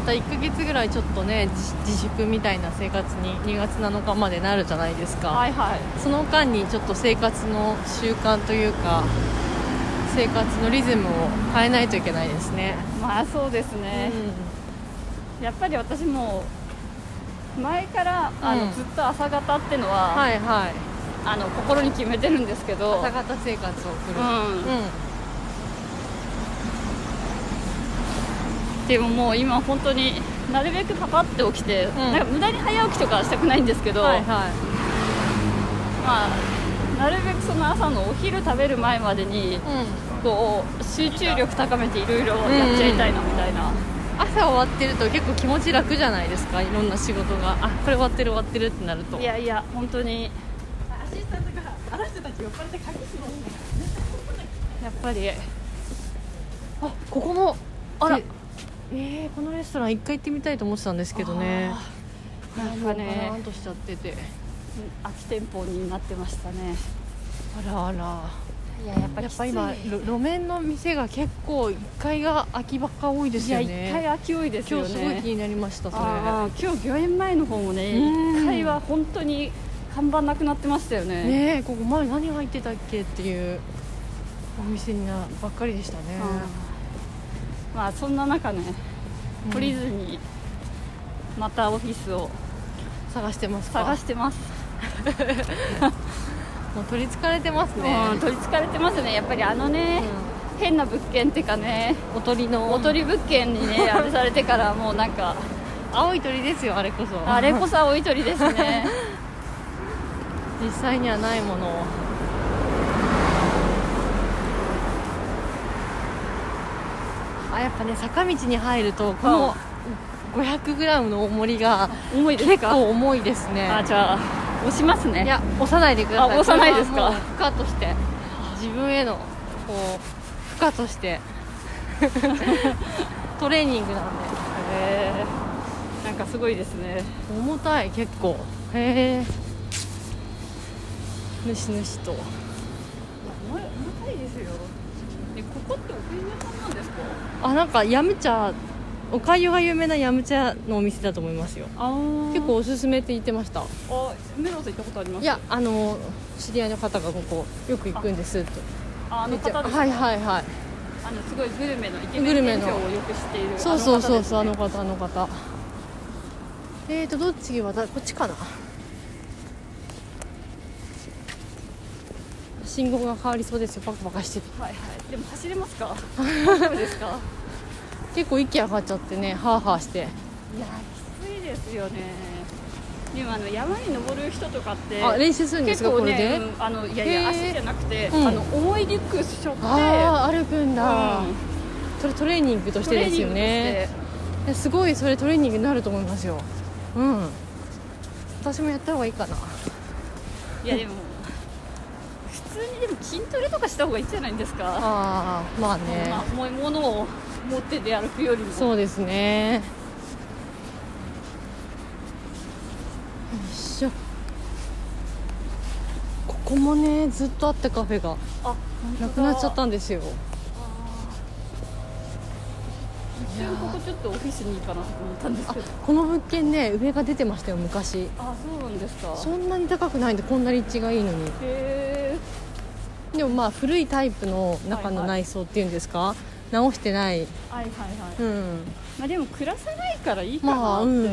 Speaker 2: また1ヶ月ぐらいちょっとね自自粛みたいな生活に2月7日までなるじゃないですか、
Speaker 1: ーはいはい
Speaker 2: その間にちょっと生活の習慣というか生活のリズムを変えないといけないですね、
Speaker 1: まあそうですね、やっぱり私も前からあの、
Speaker 2: うん
Speaker 1: ずっと朝方ってのは、
Speaker 2: はいはい
Speaker 1: あの心に決めてるんですけど
Speaker 2: 朝方生活を送る
Speaker 1: うん
Speaker 2: うん
Speaker 1: でももう今本当になるべくパパって起きて、なんか無駄に早起きとかはしたくないんですけど、
Speaker 2: はいはい
Speaker 1: まあなるべくその朝のお昼食べる前までに
Speaker 2: う
Speaker 1: こう集中力高めていろいろやっちゃいたいなみたいな、
Speaker 2: ん、朝終わってると結構気持ち楽じゃないですかいろんな仕事があこれ終わってる終わってるってなると
Speaker 1: いやいや本当にやっぱり
Speaker 2: あここも
Speaker 1: あら
Speaker 2: ええーこのレストラン一回行ってみたいと思ってたんですけどね
Speaker 1: あーなん
Speaker 2: な
Speaker 1: か
Speaker 2: んかね
Speaker 1: ね
Speaker 2: としちゃってて
Speaker 1: 空き店舗になってましたね
Speaker 2: あらあら
Speaker 1: いややっぱ
Speaker 2: やっぱ今路路面の店が結構1階が空きばっか多いです
Speaker 1: い
Speaker 2: よ
Speaker 1: や
Speaker 2: ね
Speaker 1: 一回空き多いですよ
Speaker 2: 今日すごい
Speaker 1: ね
Speaker 2: 気になりましたそれ
Speaker 1: あー今日御苑前の方もね
Speaker 2: うん
Speaker 1: 1階は本当に看板なくなってましたよね
Speaker 2: ねえここ前何入ってたっけっていうお店になばっかりでしたね、
Speaker 1: うんまあそんな中ね
Speaker 2: うん
Speaker 1: 懲りずにまたオフィスを
Speaker 2: 探してますか
Speaker 1: 探してます、
Speaker 2: もう取りつかれてますね、
Speaker 1: うん取りつかれてますねやっぱりあのね、変な物件ってかね
Speaker 2: おとりの
Speaker 1: おとり物件に ねあれされてからもうなんか
Speaker 2: 青い鳥ですよあれこそ
Speaker 1: あれこそ青い鳥です ね
Speaker 2: 実際にはないものをあやっぱね坂道に入るとこの 500g の重りが
Speaker 1: 重いです
Speaker 2: 結
Speaker 1: か
Speaker 2: 構重いですね
Speaker 1: あじゃあ押しますね
Speaker 2: いや押さないでください
Speaker 1: あ押さないですか
Speaker 2: これはもう負荷として自分へのこう負荷として トレーニングなんで
Speaker 1: へーなんかすごいですね
Speaker 2: 重たい結構へえぬしぬしと
Speaker 1: 重たいですよここってお弁当屋さんなんですか
Speaker 2: あなんかヤムチャおかゆが有名なヤムチャのお店だと思いますよ
Speaker 1: あ
Speaker 2: 結構おすすめって言ってました
Speaker 1: あメロス行ったことあります
Speaker 2: いやあの知り合いの方がここよく行くんですと
Speaker 1: ああの方ですか
Speaker 2: はいはいはい
Speaker 1: あのすごいグルメのイケ
Speaker 2: グ
Speaker 1: メ
Speaker 2: ル
Speaker 1: ン
Speaker 2: メ
Speaker 1: 店
Speaker 2: の
Speaker 1: 長をよく知っている
Speaker 2: そうそうそうそうあ
Speaker 1: あの
Speaker 2: の
Speaker 1: 方
Speaker 2: 方あの方えーとどっちはこっちかな信号が変わりそうですよパカパカしてて
Speaker 1: はいはいでも走れます か大丈夫ですか
Speaker 2: 結構息上がっちゃってねハーハーして
Speaker 1: いやきついですよねでもあの山に登る人とかって
Speaker 2: あ練習するんです
Speaker 1: 結
Speaker 2: か、
Speaker 1: 構
Speaker 2: これ
Speaker 1: ね
Speaker 2: で、
Speaker 1: うんあのいやいや
Speaker 2: へー
Speaker 1: 足じゃなくて、
Speaker 2: うん
Speaker 1: あの重いリュックしょって
Speaker 2: ああ歩くんだ、
Speaker 1: うん
Speaker 2: それトレーニングとしてですよねいやすごいそれトレーニングになると思いますようん私もやった方がいいかな
Speaker 1: トレーニングとしていやでも普通にでも筋トレとかした方がいいんじゃないですか、
Speaker 2: ああまあね、
Speaker 1: まあ、重いものを持って出歩くよりも
Speaker 2: そうですねよいしょここもねずっとあったカフェが
Speaker 1: あ
Speaker 2: なくなっちゃったんですよ
Speaker 1: 一瞬ここちょっとオフィスにいいかなと思ったんですけど
Speaker 2: この物件ね上が出てましたよ昔
Speaker 1: あそうなんですか
Speaker 2: そんなに高くないんでこんな立地がいいのに
Speaker 1: へえ
Speaker 2: でもまあ古いタイプの中の内装っていうんですか、直してない
Speaker 1: はいはいはい
Speaker 2: うん
Speaker 1: まあでも暮らさないからいいかなって、
Speaker 2: まあうん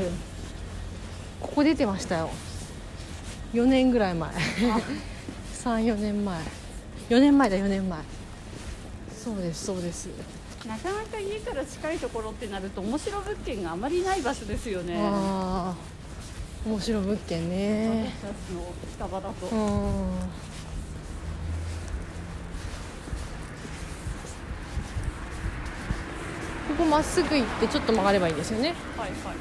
Speaker 2: ここ出てましたよ4年ぐらい前34年前4年前だ4年前そうですそうです、
Speaker 1: なかなか家から近いところってなると面白物件があまりない場所ですよね
Speaker 2: ああ面白い物件ね
Speaker 1: 私たちの近場だと、
Speaker 2: うんここまっすぐ行ってちょっと曲がればいいんですよね
Speaker 1: はいはい
Speaker 2: は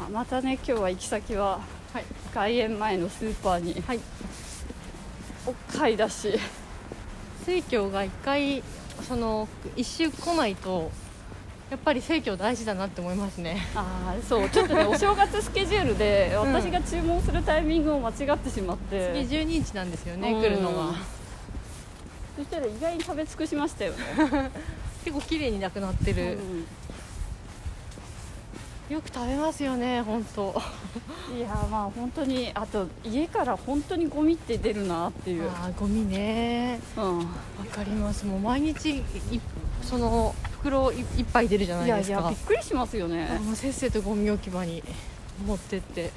Speaker 2: い
Speaker 1: まあまたね今日は行き先は
Speaker 2: はい
Speaker 1: 開園前のスーパーに、
Speaker 2: はい
Speaker 1: お買い出し
Speaker 2: 生協が一回その一周来ないとやっぱり生協大事だなって思いますね
Speaker 1: ああそうちょっと ねお正月スケジュールで
Speaker 2: ん
Speaker 1: 私が注文するタイミングを間違ってしまって、
Speaker 2: 次12日なんですよね、
Speaker 1: うん
Speaker 2: 来るのが
Speaker 1: そしたら意外に食べ尽くしましたよね、
Speaker 2: 結構綺麗になくなってる、よく食べますよね本当あ
Speaker 1: うんいやーまあ本当にあと家から本当にゴミって出るなっていう、
Speaker 2: ーゴミね
Speaker 1: うん、
Speaker 2: わかりますもう毎日いその袋い一杯出るじゃな
Speaker 1: い
Speaker 2: いで
Speaker 1: や
Speaker 2: す
Speaker 1: い
Speaker 2: か
Speaker 1: やびっくりしますよね
Speaker 2: もうせっせとゴミ置き場に持ってって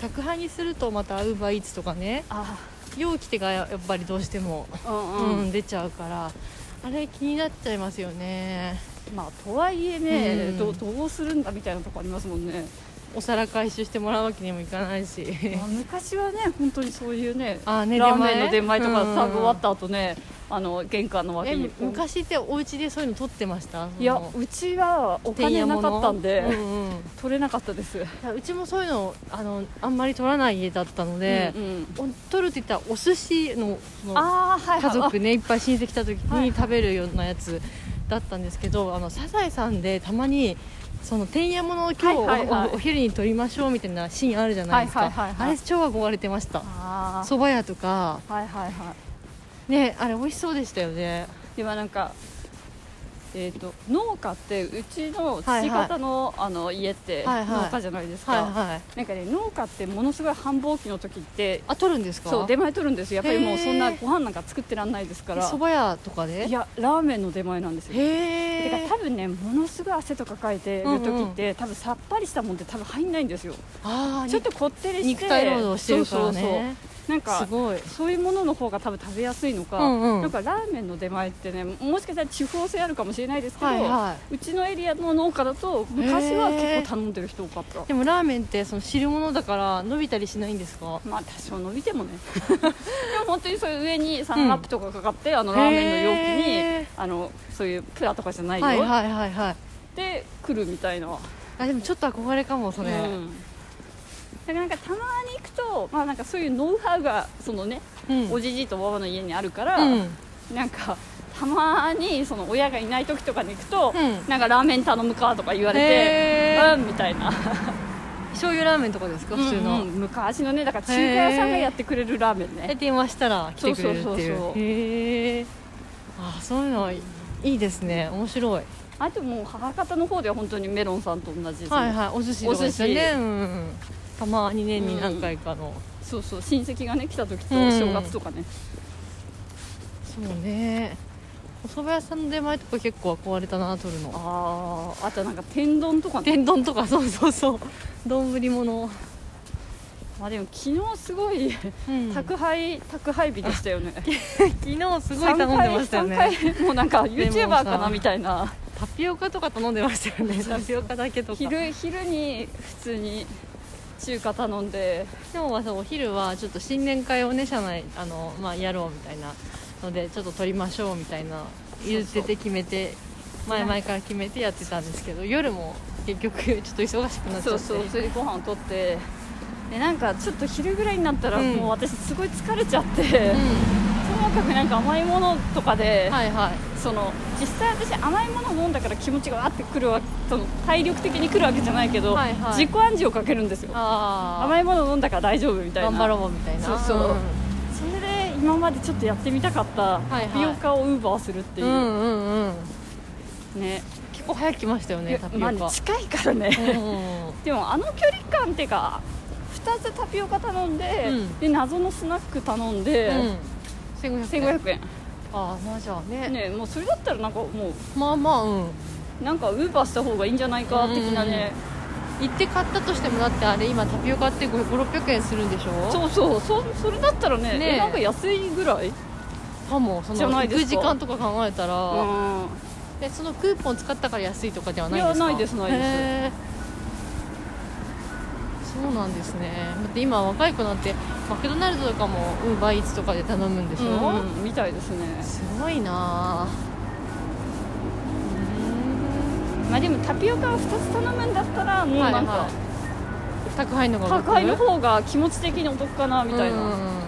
Speaker 2: 宅配にするとまたウーバーイーツとかね
Speaker 1: あ
Speaker 2: 容器手がやっぱりどうしても、
Speaker 1: うん
Speaker 2: う
Speaker 1: うんん、
Speaker 2: 出ちゃうからあれ気になっちゃいますよね
Speaker 1: まあとはいえね、
Speaker 2: うん
Speaker 1: どどうするんだみたいなとこありますもんね、
Speaker 2: お皿回収してもらうわけにもいかな いし
Speaker 1: まあ昔はね本当にそういうね
Speaker 2: あーね
Speaker 1: ラーメンの出前とか
Speaker 2: うん
Speaker 1: 食べ終わった後ね、あの玄関の脇
Speaker 2: え
Speaker 1: に
Speaker 2: 昔ってお家でそういうの取ってました
Speaker 1: いやうちはお
Speaker 2: お金
Speaker 1: 金なかったんで、
Speaker 2: うんうんい
Speaker 1: 取れなかったです、
Speaker 2: やうちもそういうのあのあんまり取らない家だったので
Speaker 1: う、んうん
Speaker 2: お取るって言ったらお寿司のその
Speaker 1: ああはい
Speaker 2: 家
Speaker 1: はい
Speaker 2: 族ねいっぱい親戚来た時
Speaker 1: はい
Speaker 2: に食べるようなやつだったんですけど「あのサザエさん」でたまにそのてんやものを今日お,お、
Speaker 1: はいはいはい
Speaker 2: お昼に取りましょうみたいなシーンあるじゃないですか、
Speaker 1: はいはいはいはい
Speaker 2: あれ超憧れてました
Speaker 1: ああ
Speaker 2: そば屋とか
Speaker 1: はいはいはい
Speaker 2: ねあれ美味しそうでしたよね
Speaker 1: でもなんかえー、と農家ってうちの父方の,、あの家って
Speaker 2: はいはい
Speaker 1: 農家じゃないですか、
Speaker 2: はいはい
Speaker 1: なんかね農家ってものすごい繁忙期の時って
Speaker 2: あ取るんですか
Speaker 1: そう出前取るんですよやっぱりもう
Speaker 2: へー
Speaker 1: そんなご飯なんか作ってらんないですか
Speaker 2: え
Speaker 1: ら
Speaker 2: そば屋とかで
Speaker 1: いやラーメンの出前なんですよて
Speaker 2: へ
Speaker 1: か
Speaker 2: え
Speaker 1: 多分ねものすごい汗とかかいてる時って、多分さっぱりしたもんって多分入んないんですよ
Speaker 2: あー
Speaker 1: ちょっとこってりして
Speaker 2: 肉体労働してるか
Speaker 1: そ
Speaker 2: らね
Speaker 1: うそうそうなんか
Speaker 2: すごい
Speaker 1: そういうものの方が多分食べやすいのか、
Speaker 2: うんうん
Speaker 1: なんかラーメンの出前ってねもしかしたら地方性あるかもしれないですけど、
Speaker 2: はいは
Speaker 1: うちのエリアの農家だと昔は結構頼んでる人多かった
Speaker 2: いでもラーメンってその汁物だから伸びたりしないんですか
Speaker 1: まあ多少伸びてもね でも本当にそういう上にサンラップとかかかって、あのラーメンの容器に、
Speaker 2: へー
Speaker 1: あのそういうプラとかじゃないよ、
Speaker 2: はいはいはいはい
Speaker 1: で来るみたいな、
Speaker 2: あでもちょっと憧れかもそれ、
Speaker 1: うんだからなんかたまに行くと、まあ、なんかそういうノウハウがそのね、
Speaker 2: うん
Speaker 1: おじじいとばばの家にあるから、
Speaker 2: うん
Speaker 1: なんかたまにその親がいない時とかに行くと、
Speaker 2: うん
Speaker 1: なんかラーメン頼むかとか言われ
Speaker 2: へ
Speaker 1: て
Speaker 2: ー
Speaker 1: うんみたいな
Speaker 2: 醤油ラーメンとかですか普通の、
Speaker 1: うんうん昔のねだから中華屋さんがやってくれるラーメン
Speaker 2: え
Speaker 1: ね
Speaker 2: 電話したら来てくれるっていう
Speaker 1: そうそうそうそう
Speaker 2: へえあそういうのいいですね面白い
Speaker 1: あともう母方の方では本当にメロンさんと同じですね、
Speaker 2: はいはいお寿司とかですよ
Speaker 1: お寿
Speaker 2: ね
Speaker 1: 司
Speaker 2: うんうんたまに年に何回かの、
Speaker 1: そうそう親戚がね来た時と
Speaker 2: うん
Speaker 1: 正月とかね、
Speaker 2: そうねお蕎麦屋さんの出前とか結構憧れたな取るの
Speaker 1: あああとなんか天丼とかね
Speaker 2: 天丼とかそうそうそう丼物
Speaker 1: まあでも昨日すごい
Speaker 2: うん昨
Speaker 1: 宅配、宅配日でしたよね
Speaker 2: 日すごい頼んでましたよ
Speaker 1: 3
Speaker 2: ね
Speaker 1: 回3回もうなんか
Speaker 2: でもさ
Speaker 1: YouTuber かなみたいな
Speaker 2: タピオカとか頼んでましたよね
Speaker 1: そうそう
Speaker 2: タピオカだけとか今
Speaker 1: 昼昼に普通に中華頼んで
Speaker 2: 日はさお昼はちょっと新年会をね社内あの、まあ、やろうみたいなのでちょっと撮りましょうみたいな言ってて決めて前々から決めてやってたんですけど夜も結局ちょっと忙しくなっちゃって
Speaker 1: そうそうそれでご飯を取ってでなんかちょっと昼ぐらいになったら
Speaker 2: うん
Speaker 1: もう私すごい疲れちゃって、
Speaker 2: う
Speaker 1: ともかくなんか甘いものとかで、
Speaker 2: ん、はいはい
Speaker 1: その実際私甘いもの飲んだから気持ちがわってくるわその体力的にくるわけじゃないけど、
Speaker 2: はいはい
Speaker 1: 自己暗示をかけるんですよ
Speaker 2: ああ
Speaker 1: 甘いもの飲んだから大丈夫みたいな
Speaker 2: 頑張ろうみたいな
Speaker 1: そうそうそれで今までちょっとやってみたかった
Speaker 2: いはい
Speaker 1: タピオカをウーバーするって
Speaker 2: う
Speaker 1: い
Speaker 2: ん、
Speaker 1: う、
Speaker 2: うんうんうん
Speaker 1: ね
Speaker 2: 結構早く来ましたよ
Speaker 1: い
Speaker 2: ね
Speaker 1: や
Speaker 2: タピオ
Speaker 1: ま
Speaker 2: カ、
Speaker 1: あね近いからね、
Speaker 2: うんうん
Speaker 1: でもあの距離感っていうか2つタピオカ頼んで、
Speaker 2: うん
Speaker 1: で謎のスナック頼んで、
Speaker 2: うん1500円
Speaker 1: 1500
Speaker 2: ああまあじゃあね
Speaker 1: 円ねもうそれだったらなんかも
Speaker 2: まあまあうん
Speaker 1: うなんかウーバーした方がいいんじゃないか的なね、
Speaker 2: 行って買ったとしてもだってあれ今タピオカって500600円するんでしょ
Speaker 1: そうそうそそれだったらね
Speaker 2: ね
Speaker 1: えなんか安いぐらい、うん、
Speaker 2: かもそ
Speaker 1: じゃ
Speaker 2: の
Speaker 1: ない
Speaker 2: 行
Speaker 1: です
Speaker 2: く
Speaker 1: か
Speaker 2: 時間とか考えたら、でそのクーポン使ったから安いとかではないんで
Speaker 1: い
Speaker 2: すか
Speaker 1: やないですないです
Speaker 2: へーそうなんですねだって今若い子なんてマクドナルドとかもウーバーイーツとかで頼むんでしょ、
Speaker 1: うんみたいですね
Speaker 2: すごいなあ
Speaker 1: まあでもタピオカを2つ頼むんだったらもう
Speaker 2: はい
Speaker 1: なんか
Speaker 2: はい宅配の方が
Speaker 1: 宅配の方が気持ち的にお得かなみたいな、
Speaker 2: うんうんうん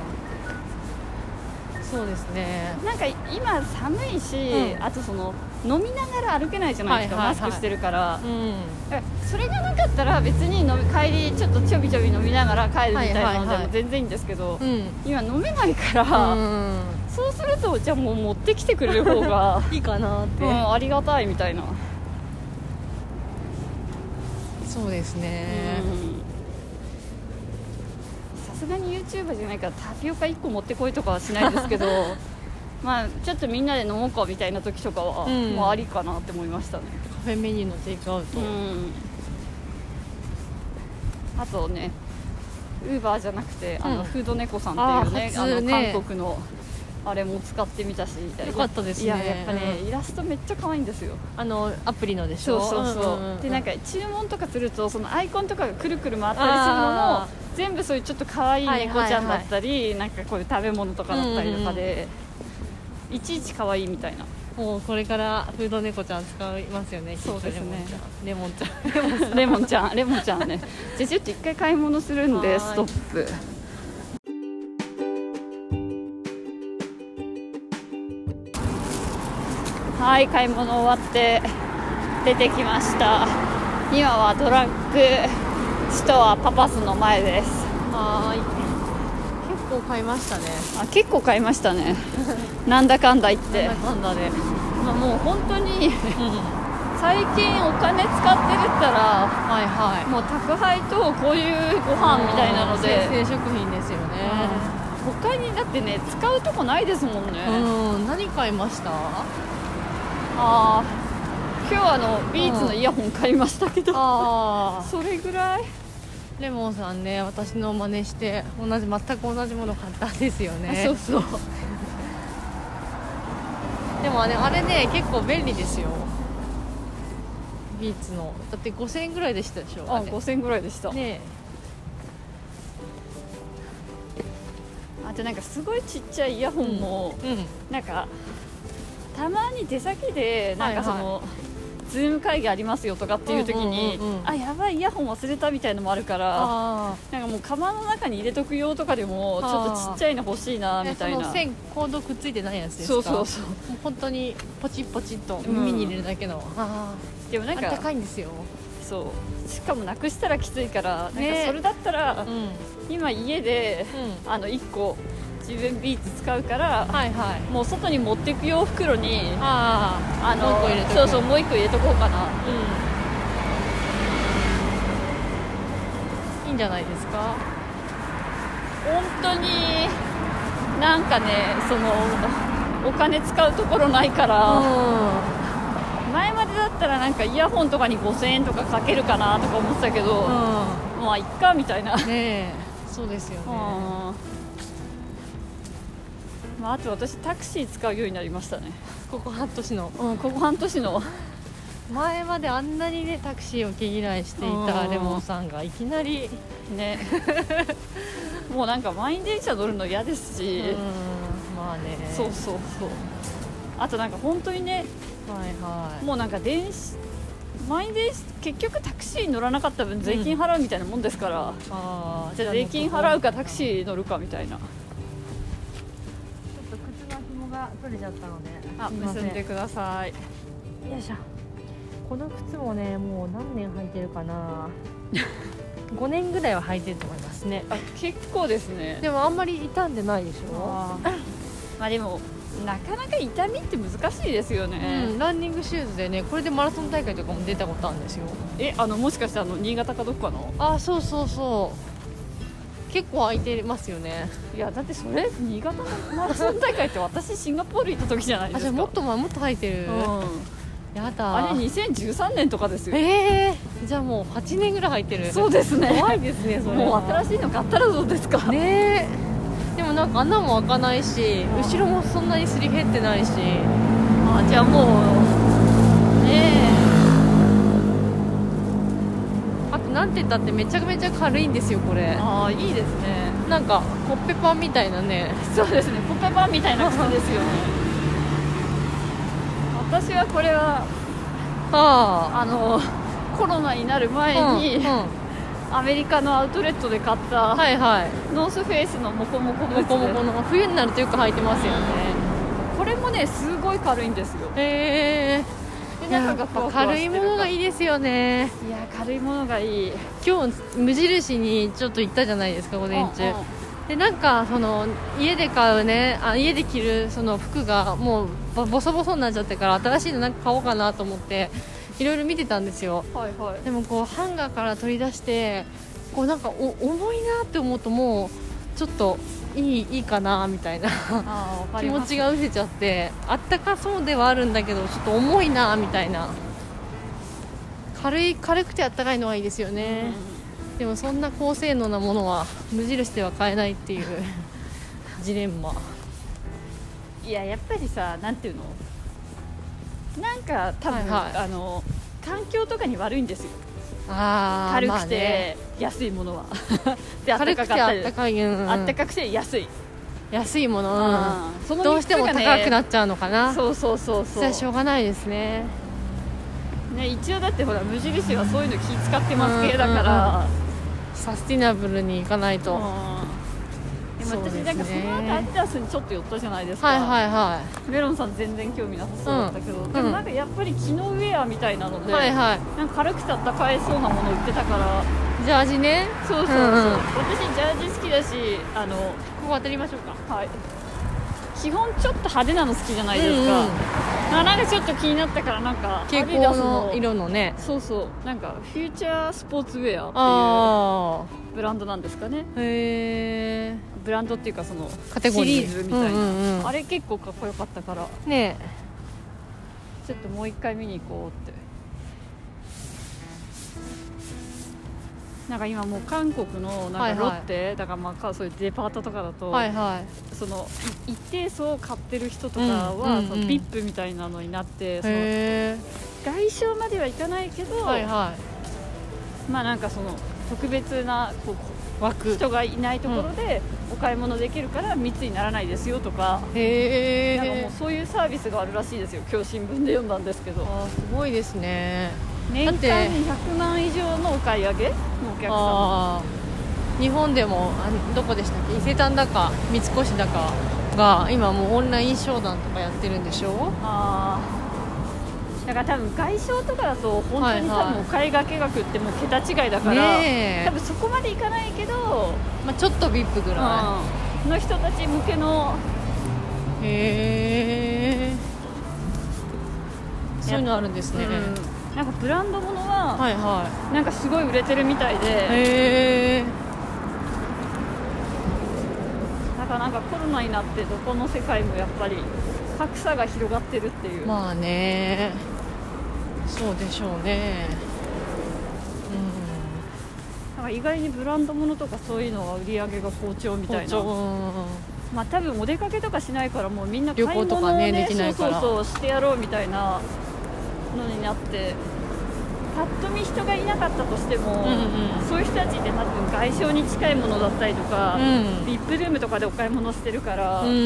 Speaker 2: そうですね
Speaker 1: なんか今寒いし、
Speaker 2: うん
Speaker 1: あとその飲みながら歩けないじゃないですか、
Speaker 2: はいはいは
Speaker 1: マ
Speaker 2: い
Speaker 1: スクしてるから
Speaker 2: う、ん
Speaker 1: えそれがなかったら別に飲み帰りちょっとちょびちょび飲みながら帰るみたいなの
Speaker 2: はいはい
Speaker 1: で
Speaker 2: は
Speaker 1: も
Speaker 2: い
Speaker 1: 全然いいんですけど、
Speaker 2: うん
Speaker 1: 今飲めないから、
Speaker 2: うん
Speaker 1: そうするとじゃあもう持ってきてくれる方 が
Speaker 2: いいかなって、
Speaker 1: うんありがたいみたいな、
Speaker 2: そうですね、
Speaker 1: うんさすがに YouTuber じゃないからタピオカ1個持ってこいとかはしないです けどまあちょっとみんなで飲もうかみたいな時とかは、
Speaker 2: うん
Speaker 1: もうありかなって思いましたね
Speaker 2: カフェメニューのテイクアウト、
Speaker 1: うんあとねウーバーじゃなくてあの、
Speaker 2: うん
Speaker 1: フード猫さんっていうね
Speaker 2: あ
Speaker 1: あ
Speaker 2: ー初ね
Speaker 1: の韓国のあれも使ってみたしみたいな
Speaker 2: よかったですね
Speaker 1: いややっぱね、
Speaker 2: う
Speaker 1: イラストめっちゃ可愛いんですよ
Speaker 2: あのアプリのでし
Speaker 1: そう
Speaker 2: ょ
Speaker 1: そうそう,、でなん
Speaker 2: か
Speaker 1: か注文とかするとそのアイコンとかがくるくる回ったりするのも
Speaker 2: あ
Speaker 1: 全部そういうちょっと可愛い猫ちゃんだったり、なんかこういう食べ物とかだったりとかで、いちいち可愛いみたいな
Speaker 2: もうこれからフード猫ちゃん使いますよねきっと
Speaker 1: そうですね
Speaker 2: レモンちゃんレモンちゃ ん
Speaker 1: レモンちゃん、レモンちゃんね。じゃあちょっと一回買い物するん
Speaker 2: はー
Speaker 1: で
Speaker 2: い
Speaker 1: ストップ。はい、買い物終わって出てきました。今はドラッグストアパパスの前です。
Speaker 2: はーい結構買いましたね
Speaker 1: あ、結構買いました ね。なんだかんだ言って
Speaker 2: なんだ。かんだ で、
Speaker 1: まあもう本当に最近お金使ってるったら、
Speaker 2: はいはい
Speaker 1: もう宅配とこういうご飯みたいなので。
Speaker 2: 生鮮食品ですよね
Speaker 1: 他にだってね使うとこないですもんね、あ
Speaker 2: うん何買いましたあ
Speaker 1: あー今日あのビーツのイヤホン買いましたけど、
Speaker 2: あ
Speaker 1: それぐらい
Speaker 2: レモンさんね私の真似して同じ全く同じもの買ったんですよ
Speaker 1: あ
Speaker 2: ね
Speaker 1: そうそう
Speaker 2: でもねあれね結構便利ですよビーツのだって5000円ぐらいでしたでしょ
Speaker 1: あ
Speaker 2: れ
Speaker 1: 5000円ぐらいでした、
Speaker 2: ね
Speaker 1: あとなんかすごいちっちゃいイヤホンも、
Speaker 2: えうん
Speaker 1: なんかたまに出先でなんかその、
Speaker 2: は
Speaker 1: ズーム会議ありますよとかっていう時に、
Speaker 2: うんうんうんうん
Speaker 1: あやばいイヤホン忘れたみたいのもあるから
Speaker 2: あ
Speaker 1: なんかもうカバンの中に入れとく用とかでもちょっとちっちゃいの欲しいな
Speaker 2: あ
Speaker 1: み
Speaker 2: み
Speaker 1: た
Speaker 2: た
Speaker 1: い
Speaker 2: い
Speaker 1: な
Speaker 2: なその線コードくっついてないやつですか
Speaker 1: そうそうそう
Speaker 2: もう本当にポチッポチッと耳に入れるだけの、あ
Speaker 1: でもな
Speaker 2: あ
Speaker 1: ん
Speaker 2: あった
Speaker 1: か
Speaker 2: かいんですよ、
Speaker 1: そうしかもなくしたらきついから、なん
Speaker 2: ね
Speaker 1: かそれだったら、
Speaker 2: うんうん、
Speaker 1: 今家であの1個自分ビーツ使うから、
Speaker 2: はいはい
Speaker 1: もう外に持ってく用袋に
Speaker 2: あ
Speaker 1: あの
Speaker 2: もう一個入れとこう
Speaker 1: そうそうもう1個入れとこうかな
Speaker 2: あうんいいんじゃないですか
Speaker 1: 本当になんかねそのお金使うところないから、前までだったらなんかイヤホンとかに5000円とかかけるかなとか思ってたけど、
Speaker 2: う
Speaker 1: まあいっかみたいな
Speaker 2: んねえそうですよね
Speaker 1: あーまあ、あと私タクシー使うようになりましたね、
Speaker 2: ここ半年の
Speaker 1: うん、ここ半年の
Speaker 2: 前まであんなにねタクシーを毛嫌いしてい
Speaker 1: あ
Speaker 2: た
Speaker 1: ー
Speaker 2: レモンさんがいきなり、
Speaker 1: ね もうなんか満員電車乗るの嫌ですし、
Speaker 2: うんまあね
Speaker 1: そうそうそうあとなんか本当にね
Speaker 2: はいはい
Speaker 1: もうなんか電子満員電車結局タクシーに乗らなかった分税金払うみたいなもんですから、
Speaker 2: あー
Speaker 1: じゃあ税金払うかタク
Speaker 2: ーち
Speaker 1: シー乗るかみたいな
Speaker 2: ょっと靴の紐が取れちゃったので
Speaker 1: あ
Speaker 2: すいま
Speaker 1: 結
Speaker 2: せん
Speaker 1: んでください
Speaker 2: よいしょこの靴もねもう何年履いてるか な5年ぐらいは履いてると思いますね
Speaker 1: あ結構ですね
Speaker 2: でもあんまり傷んでないでしょ、
Speaker 1: あーまあでもなかなか痛みって難しいですよね、
Speaker 2: うん、ランニングシューズでねこれでマラソン大会とかも出たことあるんですよ
Speaker 1: えあのもしかしてあの新潟かどっかの
Speaker 2: あそうそうそう結構空いてますよね
Speaker 1: いやだってそれ新潟のマラソン大会って私シンガポール行った時じゃないで
Speaker 2: あ
Speaker 1: す
Speaker 2: じ
Speaker 1: か
Speaker 2: ゃあもっと前もっと履いてる、
Speaker 1: うん
Speaker 2: やだ
Speaker 1: あれ2013年とかですよ
Speaker 2: えー、じゃあもう8年ぐらい履いてる
Speaker 1: そうですね
Speaker 2: 怖いですねそれ
Speaker 1: もう新しいの買ったらどうですか、
Speaker 2: ねえでもなんか穴も開かないし
Speaker 1: うん
Speaker 2: 後ろもそんなにすり減ってないし
Speaker 1: あじゃあもうね
Speaker 2: あとなんて言ったってめちゃめちゃ軽いんですよこ
Speaker 1: え
Speaker 2: れ
Speaker 1: ああいいですね
Speaker 2: なんかコッペパンみたいなね
Speaker 1: そうですねコッペパンみたいな靴ですよね私はこれは
Speaker 2: はあ
Speaker 1: あのコロナになる前に、
Speaker 2: うんうん
Speaker 1: アメリカのアウトレットで買った、
Speaker 2: はいはい
Speaker 1: ノースフェイスのモコモコブーツ
Speaker 2: もこもこの冬になるとよく履いてますよね
Speaker 1: これもねすごい軽いんですよ
Speaker 2: へえ
Speaker 1: で
Speaker 2: や
Speaker 1: 中が
Speaker 2: っ
Speaker 1: ふわ
Speaker 2: ぱ
Speaker 1: ふわし
Speaker 2: 軽
Speaker 1: て
Speaker 2: い
Speaker 1: る
Speaker 2: ものがいいですよね
Speaker 1: いや軽いものがいい
Speaker 2: 今日無印にちょっと行ったじゃないですか午前中、
Speaker 1: うんうん
Speaker 2: でなんかその家で買うねあ家で着るその服がもうボボソボソになっちゃってから新しいのなんか買おうかなと思っていろいろ見てたんですよ
Speaker 1: はいはい
Speaker 2: でもこうハンガーから取り出してこうなんかお重いなって思うともうちょっといいいいかなみたいな
Speaker 1: あーわか
Speaker 2: 気
Speaker 1: り
Speaker 2: 持
Speaker 1: ます
Speaker 2: ちが失せちゃってあったかそうではあるんだけどちょっと重いなみたいな軽い軽くてあったかいのはいいですよ
Speaker 1: うん
Speaker 2: ね、でもそんな高性能なものは無印では買えないっ ていうジレンマ
Speaker 1: いややっぱりさなんていうのなんか多分、
Speaker 2: はいは
Speaker 1: あの環境とかに悪いんですよ
Speaker 2: あー
Speaker 1: 軽
Speaker 2: まあ
Speaker 1: く
Speaker 2: ね
Speaker 1: て安いも のはであっ
Speaker 2: 軽
Speaker 1: た
Speaker 2: く
Speaker 1: か
Speaker 2: て
Speaker 1: かった
Speaker 2: あっ
Speaker 1: り
Speaker 2: たかい、うんうん
Speaker 1: あったかくて安い、
Speaker 2: 安いもの、うん
Speaker 1: あーその
Speaker 2: どうしても
Speaker 1: 三つがね
Speaker 2: 高くなっちゃうのかな
Speaker 1: そうそうそう
Speaker 2: じゃあし
Speaker 1: そ
Speaker 2: ょうがないですね
Speaker 1: う、ね、一応だってほら無印はそういうの気使ってます系だから、
Speaker 2: サスティナブルに行かないと、は
Speaker 1: うんでも
Speaker 2: そう
Speaker 1: 私
Speaker 2: ですね
Speaker 1: なんかその後アディダスにちょっと寄ったじゃないです
Speaker 2: い
Speaker 1: か、
Speaker 2: はいは
Speaker 1: メロンさん全然興味なさそうだったけど、
Speaker 2: ん
Speaker 1: でもなんかやっぱり機能ウェアみたいなの
Speaker 2: い
Speaker 1: で、
Speaker 2: はいはい
Speaker 1: なんか軽くてあったかいそうなもの売ってたから
Speaker 2: ジャージね
Speaker 1: そうそうそう、
Speaker 2: うんうん
Speaker 1: 私ジャージ好きだしあの、
Speaker 2: ここ当たりましょうか
Speaker 1: はい、基本ちょっと派手なの好きじゃないです
Speaker 2: う
Speaker 1: か
Speaker 2: んうん、
Speaker 1: あなんかちょっと気になったからなんか
Speaker 2: 蛍
Speaker 1: アディダ
Speaker 2: 光
Speaker 1: ス
Speaker 2: の色のね
Speaker 1: そうそうなんかフューチャースポーツウェアっ
Speaker 2: あ
Speaker 1: ていうブランドなんですかね
Speaker 2: あへえ
Speaker 1: ブランドっていうかその
Speaker 2: カテゴリ
Speaker 1: シ
Speaker 2: ー
Speaker 1: リーズみたいな、
Speaker 2: うんうんうん
Speaker 1: あれ結構かっこよかったから
Speaker 2: ねえ
Speaker 1: ちょっともう一回見に行こうってなんか今もう韓国の
Speaker 2: は
Speaker 1: ないんかロ
Speaker 2: はい
Speaker 1: ッテ、だからまあかそういうデパートとかだと、
Speaker 2: はいはい
Speaker 1: そのい一定数を買ってる人とかは、
Speaker 2: うんうんうん
Speaker 1: その VIP みたいなのになってその
Speaker 2: へ
Speaker 1: 外商まではいかないけ
Speaker 2: え
Speaker 1: ど、
Speaker 2: はいは
Speaker 1: まあなんかその特別なこうこ
Speaker 2: い枠
Speaker 1: う人がいないところでお買い物できるから密にならないですよとか。
Speaker 2: へ
Speaker 1: なんかも
Speaker 2: え
Speaker 1: うそういうサービスがあるらしいですよ今日新聞で読んだんですけど
Speaker 2: あーすごいですね
Speaker 1: 年間
Speaker 2: だって
Speaker 1: 100万以上のお買い上げのお客様
Speaker 2: あー日本でもあどこでしたっけ伊勢丹だか三越だかが今もうオンライン商談とかやってるんでしょ
Speaker 1: あーだから多分外商とかだと本当に多
Speaker 2: はいはい
Speaker 1: 分お買い掛け額ってもう桁違いだから、
Speaker 2: ねえ
Speaker 1: 多分そこまでいかないけど、
Speaker 2: まあ、ちょっと VIP ぐら
Speaker 1: うんの人たち向けの
Speaker 2: いへえそういうのあるんですね、
Speaker 1: うんなんかブランドものは
Speaker 2: はいは
Speaker 1: なんかすごい売れてるみたい
Speaker 2: い
Speaker 1: で
Speaker 2: へえ
Speaker 1: だからなんかコロナになってどこの世界もやっぱり格差が広がってるっていう、
Speaker 2: まあねそうでしょうね
Speaker 1: やか意外にブランド物とかそういうのは売り上げが好調みたいな
Speaker 2: 包丁うん
Speaker 1: まあ多分お出かけとかしないからもうみんな買い
Speaker 2: 旅
Speaker 1: 物
Speaker 2: 行
Speaker 1: を、
Speaker 2: と
Speaker 1: ね、
Speaker 2: かねできないか
Speaker 1: そう
Speaker 2: ら
Speaker 1: そうそうしてやろうみたいなのになってぱっと見人がいなかったとしても、
Speaker 2: うんうん
Speaker 1: そういう人たちって多分外傷に近いものだったりとか、
Speaker 2: うん
Speaker 1: ビップルームとかでお買い物してるから、
Speaker 2: うんうん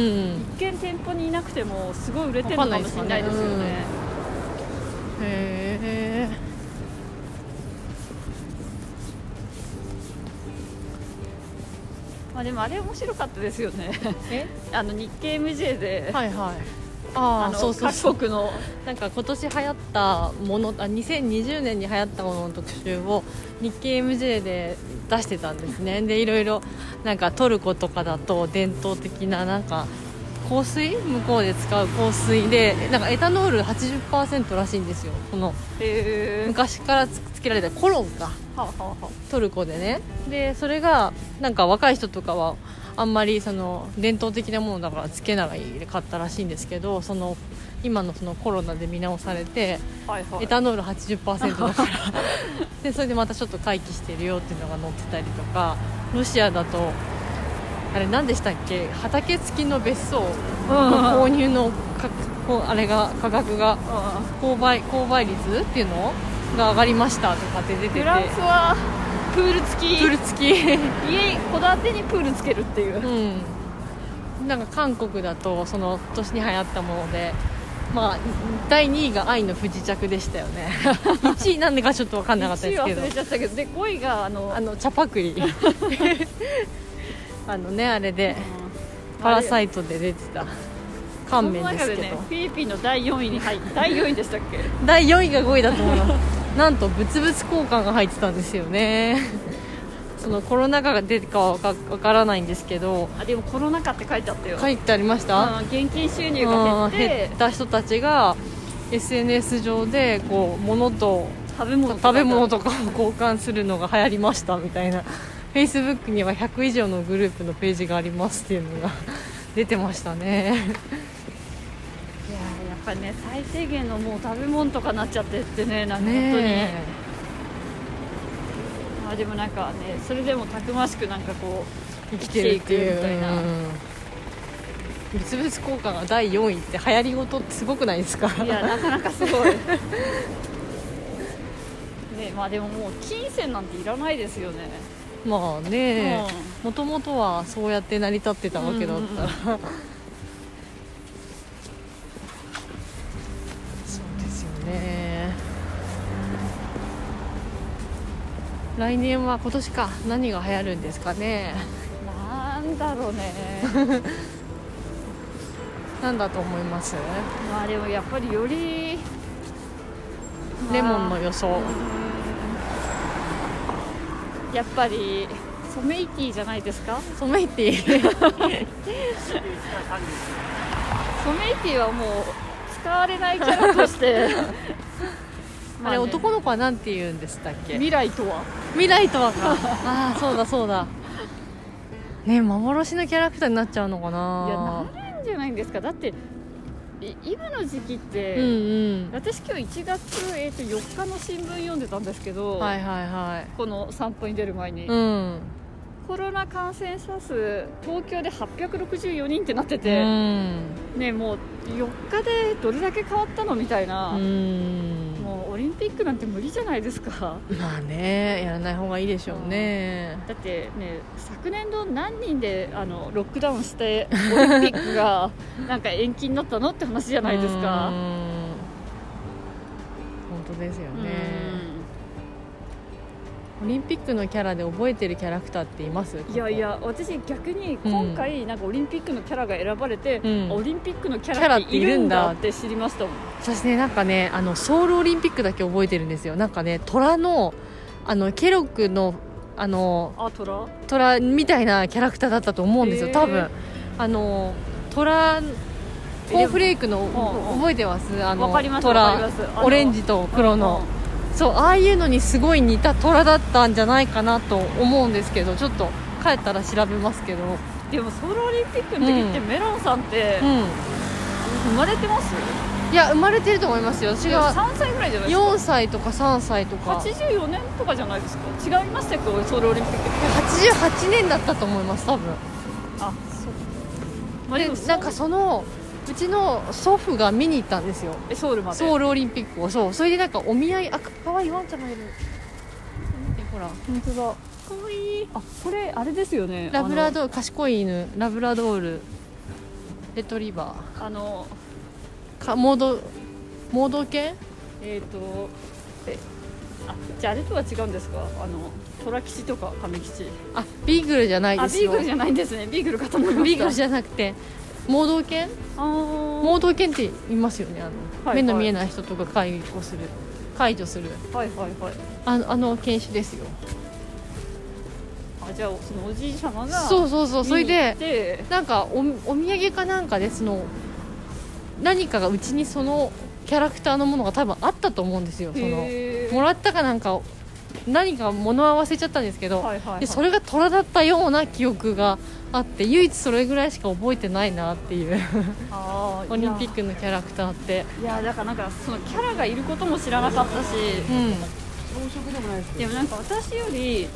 Speaker 1: 一見店舗にいなくてもすごい売れてるのかもしれないですよ
Speaker 2: わかんない
Speaker 1: ね
Speaker 2: でへえ
Speaker 1: まあ、でもあれ面白かったですよね
Speaker 2: え
Speaker 1: あの日経 MJ で、
Speaker 2: はいはいあ
Speaker 1: あ
Speaker 2: あ
Speaker 1: の
Speaker 2: そうそうそう
Speaker 1: 各国の
Speaker 2: なんか今年流行ったものあ2020年に流行ったものの特集を日経 MJ で出してたんですねでいろいろなんかトルコとかだと伝統的ななんか香水向こうで使う香水でなんかエタノール80%らしいんですよこの
Speaker 1: へー
Speaker 2: 昔からつつけられたコロンか
Speaker 1: はあはあは
Speaker 2: トルコでねでそれがなんか若い人とかはあんまりその伝統的なものだからつけながら買ったらしいんですけどその今のそのコロナで見直されて
Speaker 1: あはいはい
Speaker 2: エタノール80%だから でそれでまたちょっと回帰してるよっていうのが載ってたりとかロシアだとあれ何でしたっけ畑付きの別荘の購入のかこあれが価格が
Speaker 1: フ
Speaker 2: 購買購買率っていうのが上がりましたとかって出てて
Speaker 1: ランスはプール付き
Speaker 2: プール付き
Speaker 1: 家戸建てにプールつけるっていう、
Speaker 2: うん、なんか韓国だとその年に流行ったもので、まあ、第2位が「愛の不時着」でしたよね 1位なんでかちょっと分かんなかった
Speaker 1: 1位
Speaker 2: ですけ
Speaker 1: 忘
Speaker 2: ど
Speaker 1: れちゃったけどで5位があの
Speaker 2: あのチャパ クリあのねあれで「パラサ
Speaker 1: イ
Speaker 2: イト」で出てた
Speaker 1: ト
Speaker 2: 乾麺ですけど、
Speaker 1: ねフィリピンの第4位に入って第4位でしたっけ
Speaker 2: 第4位が5位だと思います なんと物々交換が入ってたんですよねそのコロナ禍が出てかは分からないんですけど
Speaker 1: あでもコロナ禍って書いてあったよ、
Speaker 2: 書いてありました、
Speaker 1: うん現金収入
Speaker 2: う
Speaker 1: が減
Speaker 2: ん
Speaker 1: って
Speaker 2: 減った人たちが SNS 上でこう物と
Speaker 1: 食べ物とか
Speaker 2: 食べ物とかを交換するのが流行りましたみたいな Facebook には100以上のグループのページがありますっていうのが 出てましたね
Speaker 1: いやーやっぱね最低限のもう食べ物とかなっちゃってってねなんか本当に、
Speaker 2: ね
Speaker 1: まあ、でもなんかねそれでもたくましくなんかこ
Speaker 2: 生きてるって
Speaker 1: 生きてい
Speaker 2: い
Speaker 1: く
Speaker 2: う
Speaker 1: みたいな
Speaker 2: うん物々交換が第4位って流行り事ってすごくないですか
Speaker 1: ういや なかなかすごいねまあでももう金銭なんていらないですよね
Speaker 2: まあねもともとはそうやって成り立ってたわけだったら、そうですよね来年は今年か何が流行るんですかね
Speaker 1: なんだろうね
Speaker 2: 何だと思います
Speaker 1: まあでもやっぱりより
Speaker 2: レモンの予想
Speaker 1: やっぱりソメイティじゃないですか
Speaker 2: ソメイ ティ
Speaker 1: ソメイティはもう使われないキャラとして
Speaker 2: あれ男
Speaker 1: の
Speaker 2: の子は何て言うんでしたっけ
Speaker 1: 未来とは
Speaker 2: 未来とは かああそうだそうだね幻のキャラクターになっちゃうのか
Speaker 1: いや
Speaker 2: な
Speaker 1: なるんじゃないんですかだってい今の時期って、
Speaker 2: うんうん
Speaker 1: 私今日1月、えー、と4日の新聞読んでたんですけど、
Speaker 2: はいはいは
Speaker 1: この散歩に出る前に、
Speaker 2: いうん
Speaker 1: コロナ感染者数東京で864人ってなって
Speaker 2: う
Speaker 1: て、
Speaker 2: ん
Speaker 1: ねもう4日でどれだけ変わったのみたいな、
Speaker 2: うん
Speaker 1: もうオリンピックなんて無理じゃないですか
Speaker 2: まあねやらない方がいいでしょうね
Speaker 1: だってね昨年度何人であのロックダウンしてオリンピックがなんか延期になったのって話じゃないですか。
Speaker 2: うん本当ですよねオリンピックのキャラで覚えてるキャラクターっています
Speaker 1: いやいや私逆に今回なんかオリンピックのキャラが選ばれて、
Speaker 2: うん
Speaker 1: オリンピックのキャラっているんだって知りましたもん
Speaker 2: 私ねなんかねあのソウルオリンピックだけ覚えてるんですよなんかね虎のあのケロックのあの
Speaker 1: あトラ
Speaker 2: 虎みたいなキャラクターだったと思うんですよ
Speaker 1: へー
Speaker 2: 多分あの虎コーンフレークの
Speaker 1: うんうん
Speaker 2: 覚えてますあの
Speaker 1: わかりますわかり
Speaker 2: 虎
Speaker 1: ますあの
Speaker 2: オレンジと黒のそうああいうのにすごい似た虎だったんじゃないかなと思うんですけどちょっと帰ったら調べますけどう
Speaker 1: うんでもソウルオリンピックの時って
Speaker 2: うん
Speaker 1: メロンさんって
Speaker 2: ん
Speaker 1: 生まれてます、
Speaker 2: いや生まれてると思いますよ私が
Speaker 1: 3歳ぐらいじゃないですか
Speaker 2: 4歳とか3歳とか
Speaker 1: 84年とかじゃないですか違いましたっけソウルオリンピック
Speaker 2: 88年だったと思います多分
Speaker 1: あそうまあ
Speaker 2: で
Speaker 1: でもそう
Speaker 2: なんかそのうちの祖父が見に行ったんですよ
Speaker 1: えソウルまで
Speaker 2: ソウルオリンピックをそうそれでなんかお見合いあかわいいワンちゃんがいる見てほら
Speaker 1: 本当だかわいいあこれあれですよね
Speaker 2: ラブラドール賢い犬ラブラドールレトリバ
Speaker 1: あのあの
Speaker 2: ーか盲導盲導犬
Speaker 1: えっ、とえあじゃああれとは違うんですかあの虎吉とか亀吉
Speaker 2: あビーグルじゃない
Speaker 1: あ
Speaker 2: で
Speaker 1: ビ
Speaker 2: す
Speaker 1: ー
Speaker 2: よ
Speaker 1: グルじゃないんですねビーグルかと思いました
Speaker 2: ビーグルじゃなくて盲導犬
Speaker 1: あー
Speaker 2: 盲導犬っていますよねあの、
Speaker 1: はい
Speaker 2: 目の見えない人とか介護する介助する
Speaker 1: はいはいはい
Speaker 2: あのあの犬種ですよ
Speaker 1: あじゃあそのおじいちゃまが
Speaker 2: そうそうそうそれ
Speaker 1: 見に行
Speaker 2: で
Speaker 1: って
Speaker 2: なんかおお土産かなんかでその何かがうちにそのキャラクターのものが多分あったと思うんですよその
Speaker 1: へー
Speaker 2: もらったかなんか何か物は忘れちゃったんですけど、
Speaker 1: はいはいはい
Speaker 2: でそれが虎だったような記憶があって唯一それぐらいしか覚えてないなって いう
Speaker 1: あー
Speaker 2: オリンピックのキャラクターって、
Speaker 1: いやいやだからなんかそのキャラがいることも知らなかったし
Speaker 2: うん、
Speaker 1: でもなんか私より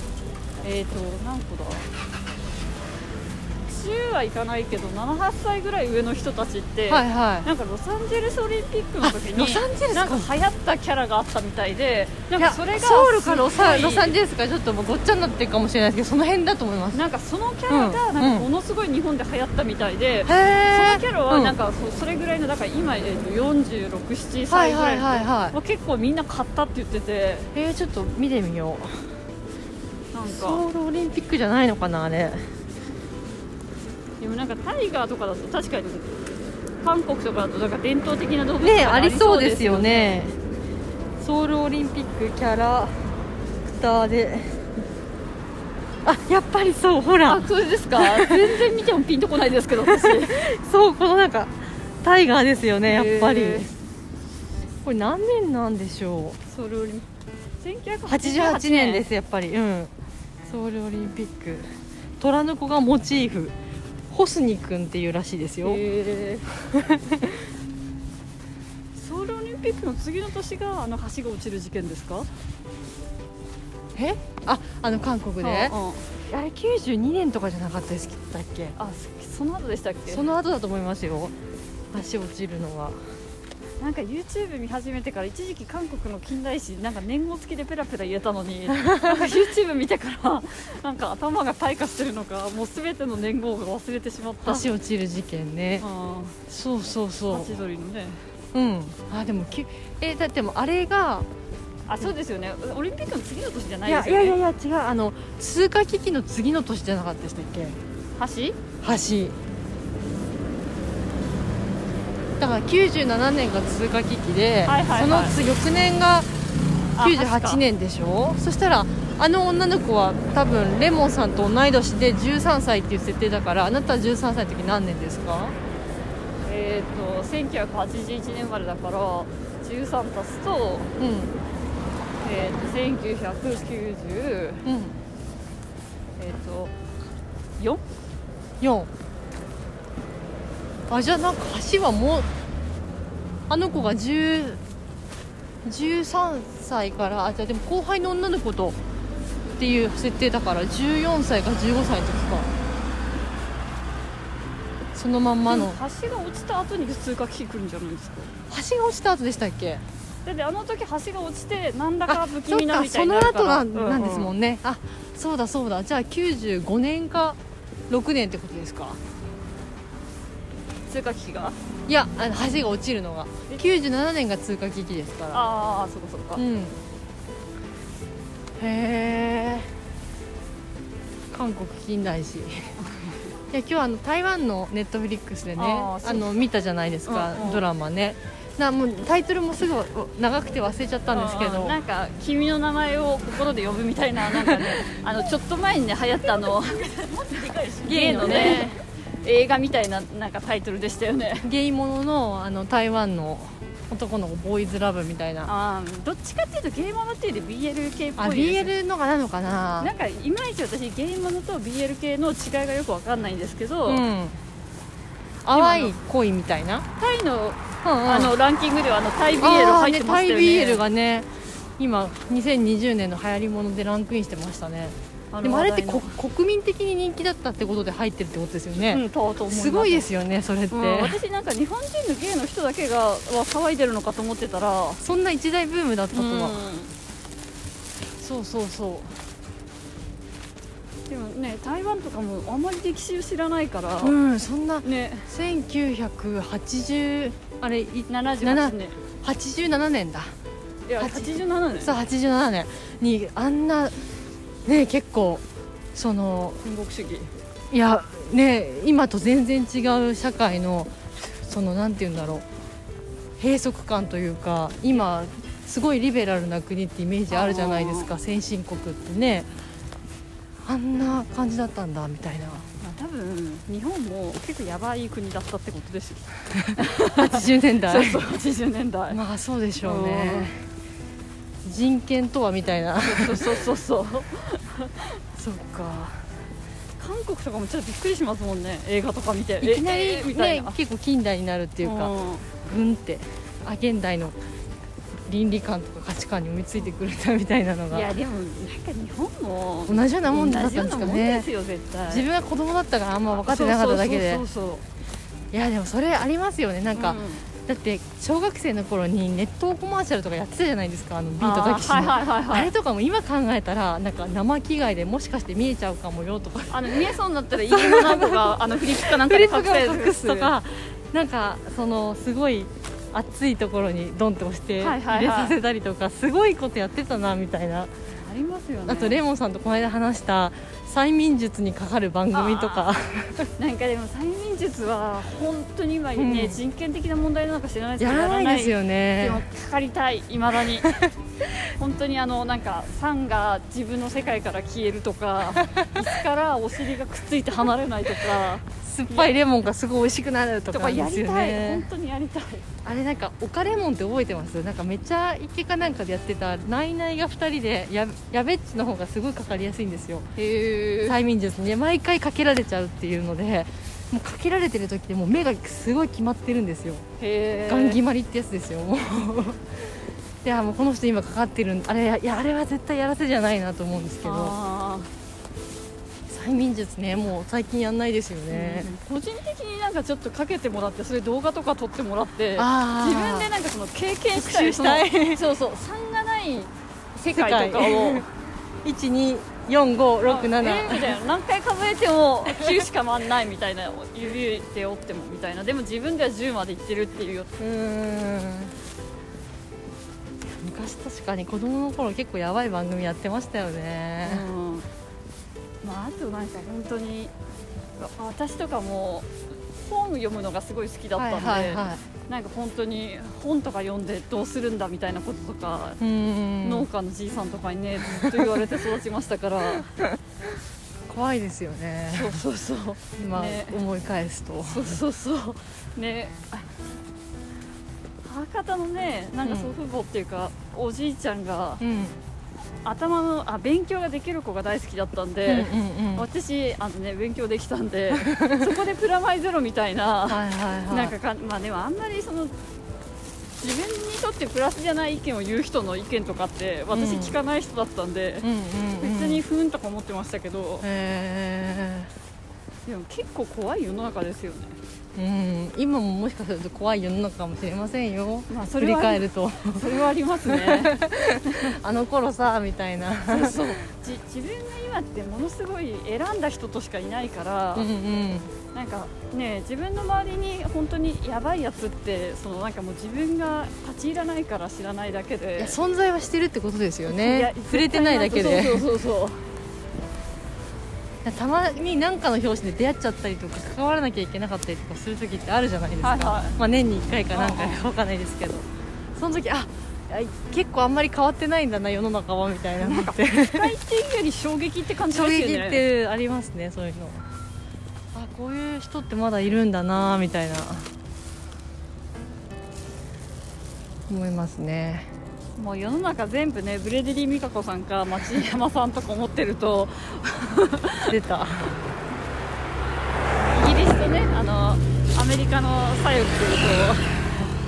Speaker 1: えっ、と何個だ10はいかないけど78歳ぐらい上の人たちって、
Speaker 2: はいはい
Speaker 1: なんかロサンゼルスオリンピックの時に
Speaker 2: あロサンゼルスか
Speaker 1: なんか流行ったキャラがあったみたいでなん
Speaker 2: い
Speaker 1: か
Speaker 2: や
Speaker 1: それが
Speaker 2: ソウルかロサ
Speaker 1: すご
Speaker 2: ロ
Speaker 1: い
Speaker 2: サンゼルスかちょっともうごっちゃになってるかもしれないですけどその辺だと思いますへ
Speaker 1: なんかそのキャラが
Speaker 2: うん
Speaker 1: なんかものすごい日本で流行ったみたいで、そ
Speaker 2: え
Speaker 1: のキャラはなんかそそれぐらいのだから今、えー、と467
Speaker 2: は
Speaker 1: 歳
Speaker 2: い
Speaker 1: ぐ
Speaker 2: は
Speaker 1: らい
Speaker 2: い
Speaker 1: の、
Speaker 2: はいはい
Speaker 1: まあ結構みんな買ったって言ってて
Speaker 2: えー、ちょっと見てみよう
Speaker 1: なんか
Speaker 2: ソウルオリンピックじゃないのかなあれ
Speaker 1: でもなんかタイガーとかだと確かに韓国とかだとなんか伝統的な動物
Speaker 2: ね
Speaker 1: が
Speaker 2: ありそうです
Speaker 1: よ
Speaker 2: よねソウルオリンピックキャラクターであやっぱりそうほら
Speaker 1: あそれですか全然見てもピンとこないですけど私
Speaker 2: そうこのなんかタイガーですよねやっぱり
Speaker 1: へー
Speaker 2: これ何年なんでしょう
Speaker 1: ソウルオリン
Speaker 2: 88年ですやっぱりうんソウルオリンピック虎の子がモチーフホスニ君っていうらしいですよ、
Speaker 1: へー ソウルオリンピックの次の年があの橋が落ちる事件ですか
Speaker 2: えああの韓国であ
Speaker 1: あ
Speaker 2: れ92年とかじゃなかったですだっけ
Speaker 1: あそその後でしたっけ
Speaker 2: その後だと思いますよ足落ちるのは
Speaker 1: なんか YouTube 見始めてから一時期韓国の近代史なんか年号付きでペラペラ言えたの になんか YouTube 見てからなんか頭が退化してるのかもう全ての年号が忘れてしまった
Speaker 2: 足落ちる事件ね
Speaker 1: あ
Speaker 2: そうそう
Speaker 1: ー
Speaker 2: そ
Speaker 1: ハチドリのね
Speaker 2: ううんあでもきえだってもうあれが
Speaker 1: あそうですよねオリンピックの次の年じゃないいで
Speaker 2: や
Speaker 1: す
Speaker 2: い
Speaker 1: よね
Speaker 2: やいやいや違うあの通貨危機の次の年じゃなかったでしたっけ
Speaker 1: 橋
Speaker 2: 橋だから97年が通貨危機で、
Speaker 1: はいはいはい
Speaker 2: その翌年が
Speaker 1: あ
Speaker 2: 98年でしょそしたらあの女の子は多分レモンさんと同い年で13歳っていう設定だからあなたは13歳の時何年ですか
Speaker 1: えー、と1981年生まれだから13足すと,、
Speaker 2: うん
Speaker 1: えー、と1990、
Speaker 2: うん
Speaker 1: えー、と 4?
Speaker 2: 4あじゃあなんか橋はもうあの子が10 13歳からあじゃあでも後輩の女の子とっていう設定だから14歳か15歳の時かそのまんまの
Speaker 1: 橋が落ちた後に通過機器来るんじゃないですか
Speaker 2: 橋が落ちた後でしたっけ
Speaker 1: だってあの時橋が落ちてなんだか
Speaker 2: あ
Speaker 1: 不気
Speaker 2: そ
Speaker 1: 味
Speaker 2: っ
Speaker 1: な
Speaker 2: か
Speaker 1: みた
Speaker 2: そ
Speaker 1: いに
Speaker 2: の
Speaker 1: なるか
Speaker 2: 後
Speaker 1: ら
Speaker 2: がなんですも
Speaker 1: うん
Speaker 2: ね、あそうだそうだじゃあ95年か6年ってことですか
Speaker 1: うん通過機器が
Speaker 2: いやあの橋が落ちるのが
Speaker 1: え
Speaker 2: 97年が通過危機ですから
Speaker 1: ああそこそこか、
Speaker 2: うんへえ韓国近 代史いや今日あの台湾のネットフリックスでね
Speaker 1: あ
Speaker 2: あ
Speaker 1: ーそう
Speaker 2: の見たじゃないですか、
Speaker 1: うんうん
Speaker 2: ドラマねなもうタイトルもすぐ長くて忘れちゃったんですけ
Speaker 1: う
Speaker 2: ど
Speaker 1: んなんか「君の名前を心で呼ぶ」みたいななんかね あのちょっと前にね流行ったあのゲイのね映画みたいななんかタイトルでしたよね
Speaker 2: ゲイもののあの台湾の男の子ボーイズラブみたいな
Speaker 1: あ
Speaker 2: あ
Speaker 1: ーどっちかっていうとゲームのっていうより BL 系っぽいです、ね、
Speaker 2: BL のがなのかな
Speaker 1: なんかいまいち私ゲームのと BL 系の違いがよくわかんないんですけど、
Speaker 2: うん淡い恋みたいな
Speaker 1: タイの
Speaker 2: うん
Speaker 1: あのランキングではあのタイビエール入ってました
Speaker 2: あーねタ
Speaker 1: よ
Speaker 2: イビー
Speaker 1: ね
Speaker 2: ルがね今2020年の流行りものでランクインしてましたね
Speaker 1: の
Speaker 2: でもあれって
Speaker 1: 話題
Speaker 2: こ
Speaker 1: の
Speaker 2: 国民的に人気だったってことで入ってるってことですよ
Speaker 1: う
Speaker 2: ね、
Speaker 1: んとと思ます
Speaker 2: ごいですよねそれって、
Speaker 1: うん私なんか日本人のゲイの人だけがは騒いでるのかと思ってたらあ
Speaker 2: そんな一大ブームだった
Speaker 1: と
Speaker 2: とは、
Speaker 1: は
Speaker 2: そうそうそ
Speaker 1: でもね台湾とかもあんまり歴史を知らないから、
Speaker 2: ううんそんな
Speaker 1: ね
Speaker 2: 1980あれい
Speaker 1: 78年
Speaker 2: 87年だ
Speaker 1: いや
Speaker 2: 80
Speaker 1: 87年
Speaker 2: さあ87年にあんなね結構その
Speaker 1: 戦国主義
Speaker 2: いやね今と全然違う社会のそのなんて言うんだろう閉塞感というか今すごいリベラルな国ってイメージあるじゃないですか先進国ってねあんな感じだったんだみたいな
Speaker 1: まあ多分日本も結構やばい国だったってことですよ
Speaker 2: 80年
Speaker 1: そう
Speaker 2: 代
Speaker 1: そう80年代、
Speaker 2: まあそうでしょうね人権とはみたいな
Speaker 1: そうそうそうそう
Speaker 2: そっか
Speaker 1: 韓国とかもちょっとびっくりしますもんね映画とか見て
Speaker 2: いきな
Speaker 1: ええ
Speaker 2: り
Speaker 1: みたい
Speaker 2: ね
Speaker 1: な、っ
Speaker 2: 結構近代になるって
Speaker 1: て
Speaker 2: いうかぐんってあ現代の倫理観とか価値観に追いついてくるんだみたいなの
Speaker 1: いや
Speaker 2: が
Speaker 1: でもなんか日本も
Speaker 2: 同じようなもんだったんです
Speaker 1: 同じよ
Speaker 2: か
Speaker 1: うなもんで
Speaker 2: ね
Speaker 1: すよ絶対
Speaker 2: 自分は子供だったからあんま分かってなかっただけで
Speaker 1: そうそうそう
Speaker 2: いやでもそれありますよねな
Speaker 1: そうん
Speaker 2: か、だって小学生の頃にネットコマーシャルとかやってたじゃないですかあのビートたけしの
Speaker 1: あーはいはいはいは
Speaker 2: あ
Speaker 1: い
Speaker 2: れとかも今考えたらなんか生着替えでもしかして見えちゃうかも よとか
Speaker 1: あの見えそうになったら家のなんとかあのフリップかなんか
Speaker 2: フ
Speaker 1: で
Speaker 2: リ
Speaker 1: 隠
Speaker 2: ップが
Speaker 1: せ
Speaker 2: 隠すとかなんかそのすごい熱いところにドンって押して
Speaker 1: はいはいはい
Speaker 2: 入れさせたりとかすごいことやってたなみたいな
Speaker 1: ありますよね
Speaker 2: あとレモンさんとこの間話した催眠術にかかる番組とか
Speaker 1: なんかでも催眠術は本当に今ね、
Speaker 2: うん
Speaker 1: 人権的な問題なのか知らないです
Speaker 2: や
Speaker 1: けど
Speaker 2: らないですよ
Speaker 1: でも
Speaker 2: ね
Speaker 1: かかりたいいまだ に本当にあのなんか酸が自分の世界から消えるとか椅子からお尻がくっついて離れないとか
Speaker 2: 酸っぱいレモンがすごい美味しくなると
Speaker 1: と
Speaker 2: か
Speaker 1: か
Speaker 2: で
Speaker 1: や
Speaker 2: す
Speaker 1: り
Speaker 2: よ
Speaker 1: たい本
Speaker 2: ね
Speaker 1: 当にやりたい
Speaker 2: あれなんか「オカレモン」って覚えてますなんかめっちゃイケかなんかでやってたナイナイが2人でややべっちの方がすごいかかりやすいんですよ
Speaker 1: へ
Speaker 2: 催眠術に毎回かけられちゃうっていうのでもうかけられてる時ってもう目がすごい決まってるんですよ
Speaker 1: え
Speaker 2: ガン決まりってやつですよもういやもうこの人今かかってるんあれいやあれは絶対やらせじゃないなと思うんですけど
Speaker 1: あ
Speaker 2: 催眠術ねもう最近やんないですよ
Speaker 1: ー
Speaker 2: ね、
Speaker 1: うん個人的になんかちょっとかけてもらってそれ動画とか撮ってもらって
Speaker 2: あー
Speaker 1: 自分でなんかその経験した
Speaker 2: 復習
Speaker 1: い
Speaker 2: した
Speaker 1: いそうそう酸がない世界とかをえーみ
Speaker 2: 124567
Speaker 1: たいな何回数えても9しか回んないみたいな指で折ってもみたいなでも自分では10までいってるっていうよ
Speaker 2: うーん昔確かに子供の頃結構やばい番組やってましたよね、
Speaker 1: うんまああとなんか本当にあ私とかも本読むのがすごい好きだったんで、
Speaker 2: はいはいはい
Speaker 1: なんか本当に本とか読んでどうするんだみたいなこととか、
Speaker 2: うーん
Speaker 1: 農家のじいさんとかにねずっと言われて育ちましたから
Speaker 2: 怖いですよね
Speaker 1: そうそうそう
Speaker 2: 今
Speaker 1: ね
Speaker 2: 思い返すと、
Speaker 1: そうそうそうねあ博多のねなんか
Speaker 2: うん
Speaker 1: 祖父母っていうか、おじいちゃんが
Speaker 2: うん、うん
Speaker 1: 頭のあ勉強ができる子が大好きだったん
Speaker 2: う
Speaker 1: で、
Speaker 2: んうんはい
Speaker 1: 私あのね勉強できたんで そこでプラマイゼロみたいな
Speaker 2: はいはい
Speaker 1: なんかかまあでもあんまりその自分にとってプラスじゃない意見を言う人の意見とかって私
Speaker 2: うん
Speaker 1: 聞かない人だったんで
Speaker 2: う、んうんうん
Speaker 1: 別にふーんとか思ってましたけど、
Speaker 2: え
Speaker 1: でも結構怖い世の中ですよね
Speaker 2: ーうん今ももしかすると怖い世の中かもしれませんよ
Speaker 1: まあそ
Speaker 2: 振
Speaker 1: れ
Speaker 2: り
Speaker 1: は
Speaker 2: 返ると
Speaker 1: それはありますね
Speaker 2: あの頃さみたいな
Speaker 1: そうそう じ自分が今ってものすごい選んだ人としかいないから、
Speaker 2: うんうん
Speaker 1: なんかね自分の周りに本当にやばいやつってそのなんかもう自分が立ち入らないから知らないだけ
Speaker 2: いや
Speaker 1: で
Speaker 2: 存在はしてるってことですよ
Speaker 1: いや
Speaker 2: ね触れてないだけで
Speaker 1: そうそうそうそう
Speaker 2: たまに何かの表紙で出会っちゃったりとか関わらなきゃいけなかったりとかする時ってあるじゃないですか、
Speaker 1: はいはい
Speaker 2: まあ、年に1回か何回か分かんないですけどその時ああ結構あんまり変わってないんだな世の中はみたいなのって
Speaker 1: 期待っていうより衝撃って感じ
Speaker 2: 衝
Speaker 1: です
Speaker 2: 撃
Speaker 1: よね
Speaker 2: ってありますねそういうのあこういう人ってまだいるんだなみたいな思いますね
Speaker 1: もう世の中全部ねブレデリー・美香子さんか町山さんとか思ってると
Speaker 2: 出た
Speaker 1: イギリスとねあのアメリカの左翼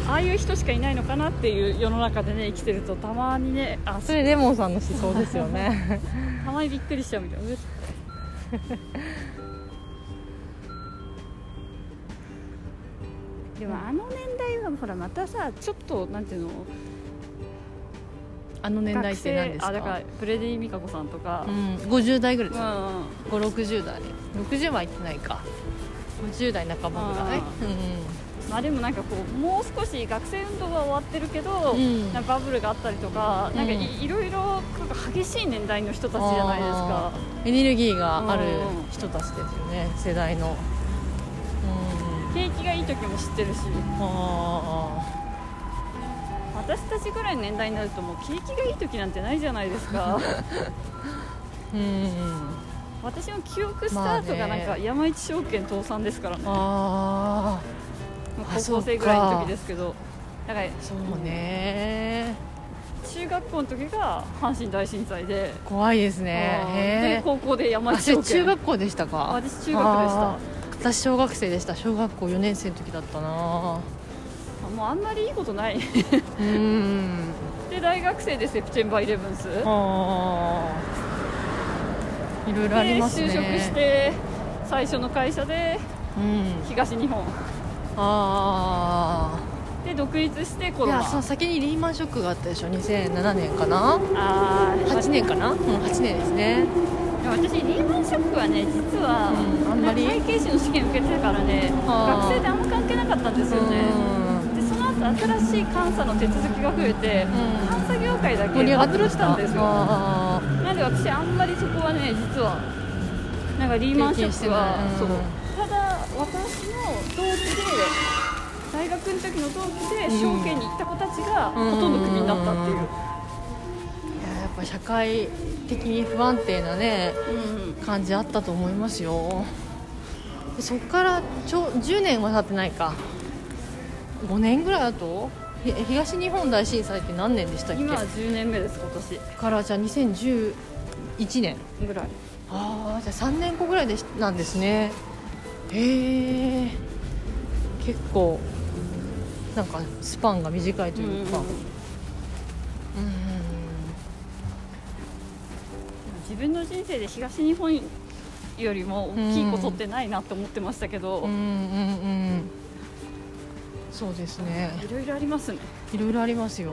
Speaker 1: と ああいう人しかいないのかなっていう世の中でね生きてるとたまにねあ
Speaker 2: それレモンさんの思想ですよ ね
Speaker 1: たまにびっくりしちゃうみたいなうっってでもあの年代はほらまたさちょっとなんていうの
Speaker 2: あの年代って何ですか
Speaker 1: 学生あだからプレディ・ミカコさんとか
Speaker 2: う、ん、50代ぐらい
Speaker 1: う
Speaker 2: です
Speaker 1: ん
Speaker 2: よ、
Speaker 1: うん
Speaker 2: 560代60はいってないか50代半ばぐらい
Speaker 1: あまあ、でもなんかこうもう少し学生運動は終わってるけど、
Speaker 2: うん
Speaker 1: なんかバブルがあったりとか、
Speaker 2: うん
Speaker 1: なんかいいろいろなんか激しい年代の人たちじゃないですか
Speaker 2: あエネルギーがある人たちですよね世代のうん
Speaker 1: 景気がいい時も知ってるし
Speaker 2: あ
Speaker 1: 私たちぐらいの年代になるともう景気がいい時なんてないじゃないですか
Speaker 2: ーうん
Speaker 1: 私の記憶スタートがなん
Speaker 2: まあ
Speaker 1: か山一証券倒産ですからね、
Speaker 2: ああ
Speaker 1: もう
Speaker 2: あ
Speaker 1: 高校生ぐらいの時ですけどだから
Speaker 2: そうね
Speaker 1: 中学校の時が阪神大震災で,
Speaker 2: 怖いです
Speaker 1: うん、
Speaker 2: ね
Speaker 1: で高校で
Speaker 2: へ
Speaker 1: 山
Speaker 2: え
Speaker 1: 一
Speaker 2: それ
Speaker 1: 証
Speaker 2: 中
Speaker 1: 券
Speaker 2: 学校でしたか
Speaker 1: 私中学でした
Speaker 2: あー私小学生でした小学校4年生の時だったな
Speaker 1: もうあんまりいいことない
Speaker 2: うん
Speaker 1: で大学生でセプチェンバーイレブンス
Speaker 2: ああいろ
Speaker 1: で
Speaker 2: いろありますね
Speaker 1: 就職して最初の会社で
Speaker 2: うん
Speaker 1: 東日本
Speaker 2: あ
Speaker 1: で独立して
Speaker 2: あ
Speaker 1: コ
Speaker 2: い
Speaker 1: ロナ
Speaker 2: やその先にリーマンショックがあったでしょ2007年かな
Speaker 1: あー
Speaker 2: 8年かな、うん、8年ですね
Speaker 1: でも私リーマンショックはね実は、
Speaker 2: うんあんまり
Speaker 1: 会計士の試験受けてたからね
Speaker 2: あー
Speaker 1: 学生であんま関係なかったんですよねでその後新しい監査の手続きが増えて、
Speaker 2: うん
Speaker 1: 監査業界だ
Speaker 2: うん
Speaker 1: け
Speaker 2: 盛り上がってま
Speaker 1: る
Speaker 2: し
Speaker 1: した
Speaker 2: た
Speaker 1: んですよ
Speaker 2: あー
Speaker 1: なんで私あんまりそこはね実はなんかリーマンショックは
Speaker 2: 経験、して
Speaker 1: そう
Speaker 2: ないうん
Speaker 1: ただ私の同期で大学の時の同期で
Speaker 2: うん
Speaker 1: 証券に行った子たちがほとんどクビになったっていう、
Speaker 2: いややっぱ社会的に不安定なね
Speaker 1: うん
Speaker 2: 感じあったと思いますよでそっからちょ10年は経ってないか5年ぐらいだとひ東日本大震災って何年でしたっけ
Speaker 1: 今は10年目です今
Speaker 2: からじゃあ2011年
Speaker 1: 年ぐらい
Speaker 2: ああじゃあ3年後ぐらいでしなんですねへえ結構なんかスパンが短いというか、うんうん
Speaker 1: 自分の人生で東日本よりも大きいことってないなって思ってましたけど、
Speaker 2: うん、うんうんうんそうですね
Speaker 1: いろいろありますね
Speaker 2: いろいろありますよ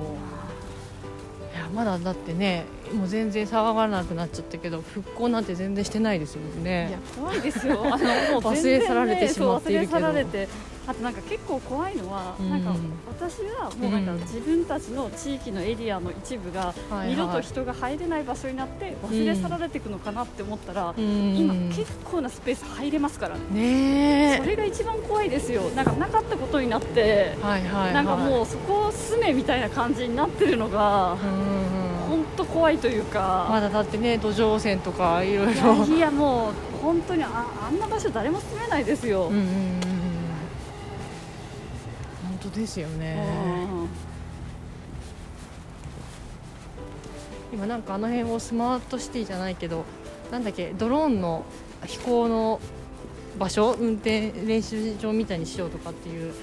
Speaker 2: いやまだだってねもう全然騒がなくなっちゃったけど復興なんて全然してないですもん
Speaker 1: いや
Speaker 2: ね
Speaker 1: 怖いです よあのもう
Speaker 2: 忘れ
Speaker 1: 全然ね
Speaker 2: 去られてしまっているけど
Speaker 1: そう忘れ去られてあとなんか結構怖いのは、
Speaker 2: うん
Speaker 1: なんか私はもうなんか
Speaker 2: うん
Speaker 1: 自分たちの地域のエリアの一部が、
Speaker 2: はいはい
Speaker 1: 二度と人が入れない場所になって忘れ去られていくのかなって思ったら、
Speaker 2: うん
Speaker 1: 今結構なスペース入れますからね
Speaker 2: ね
Speaker 1: そ
Speaker 2: え
Speaker 1: れが一番怖いですよなんかなかったことになって、
Speaker 2: はいはい、はい、
Speaker 1: なんかもうそこを住めみたいな感じになってるのが
Speaker 2: うんうんうん
Speaker 1: 本当怖いというか、
Speaker 2: まだだってね土壌汚染とかいろい
Speaker 1: い
Speaker 2: ろ
Speaker 1: やいやもう本当にああんな場所誰も住めないですよ、
Speaker 2: うんうんうんうん本当ですよね
Speaker 1: うん
Speaker 2: 今なんかあの辺をスマートシティじゃないけどなんだっけドローンの飛行の場所運転練習場みたいにしようとかっていう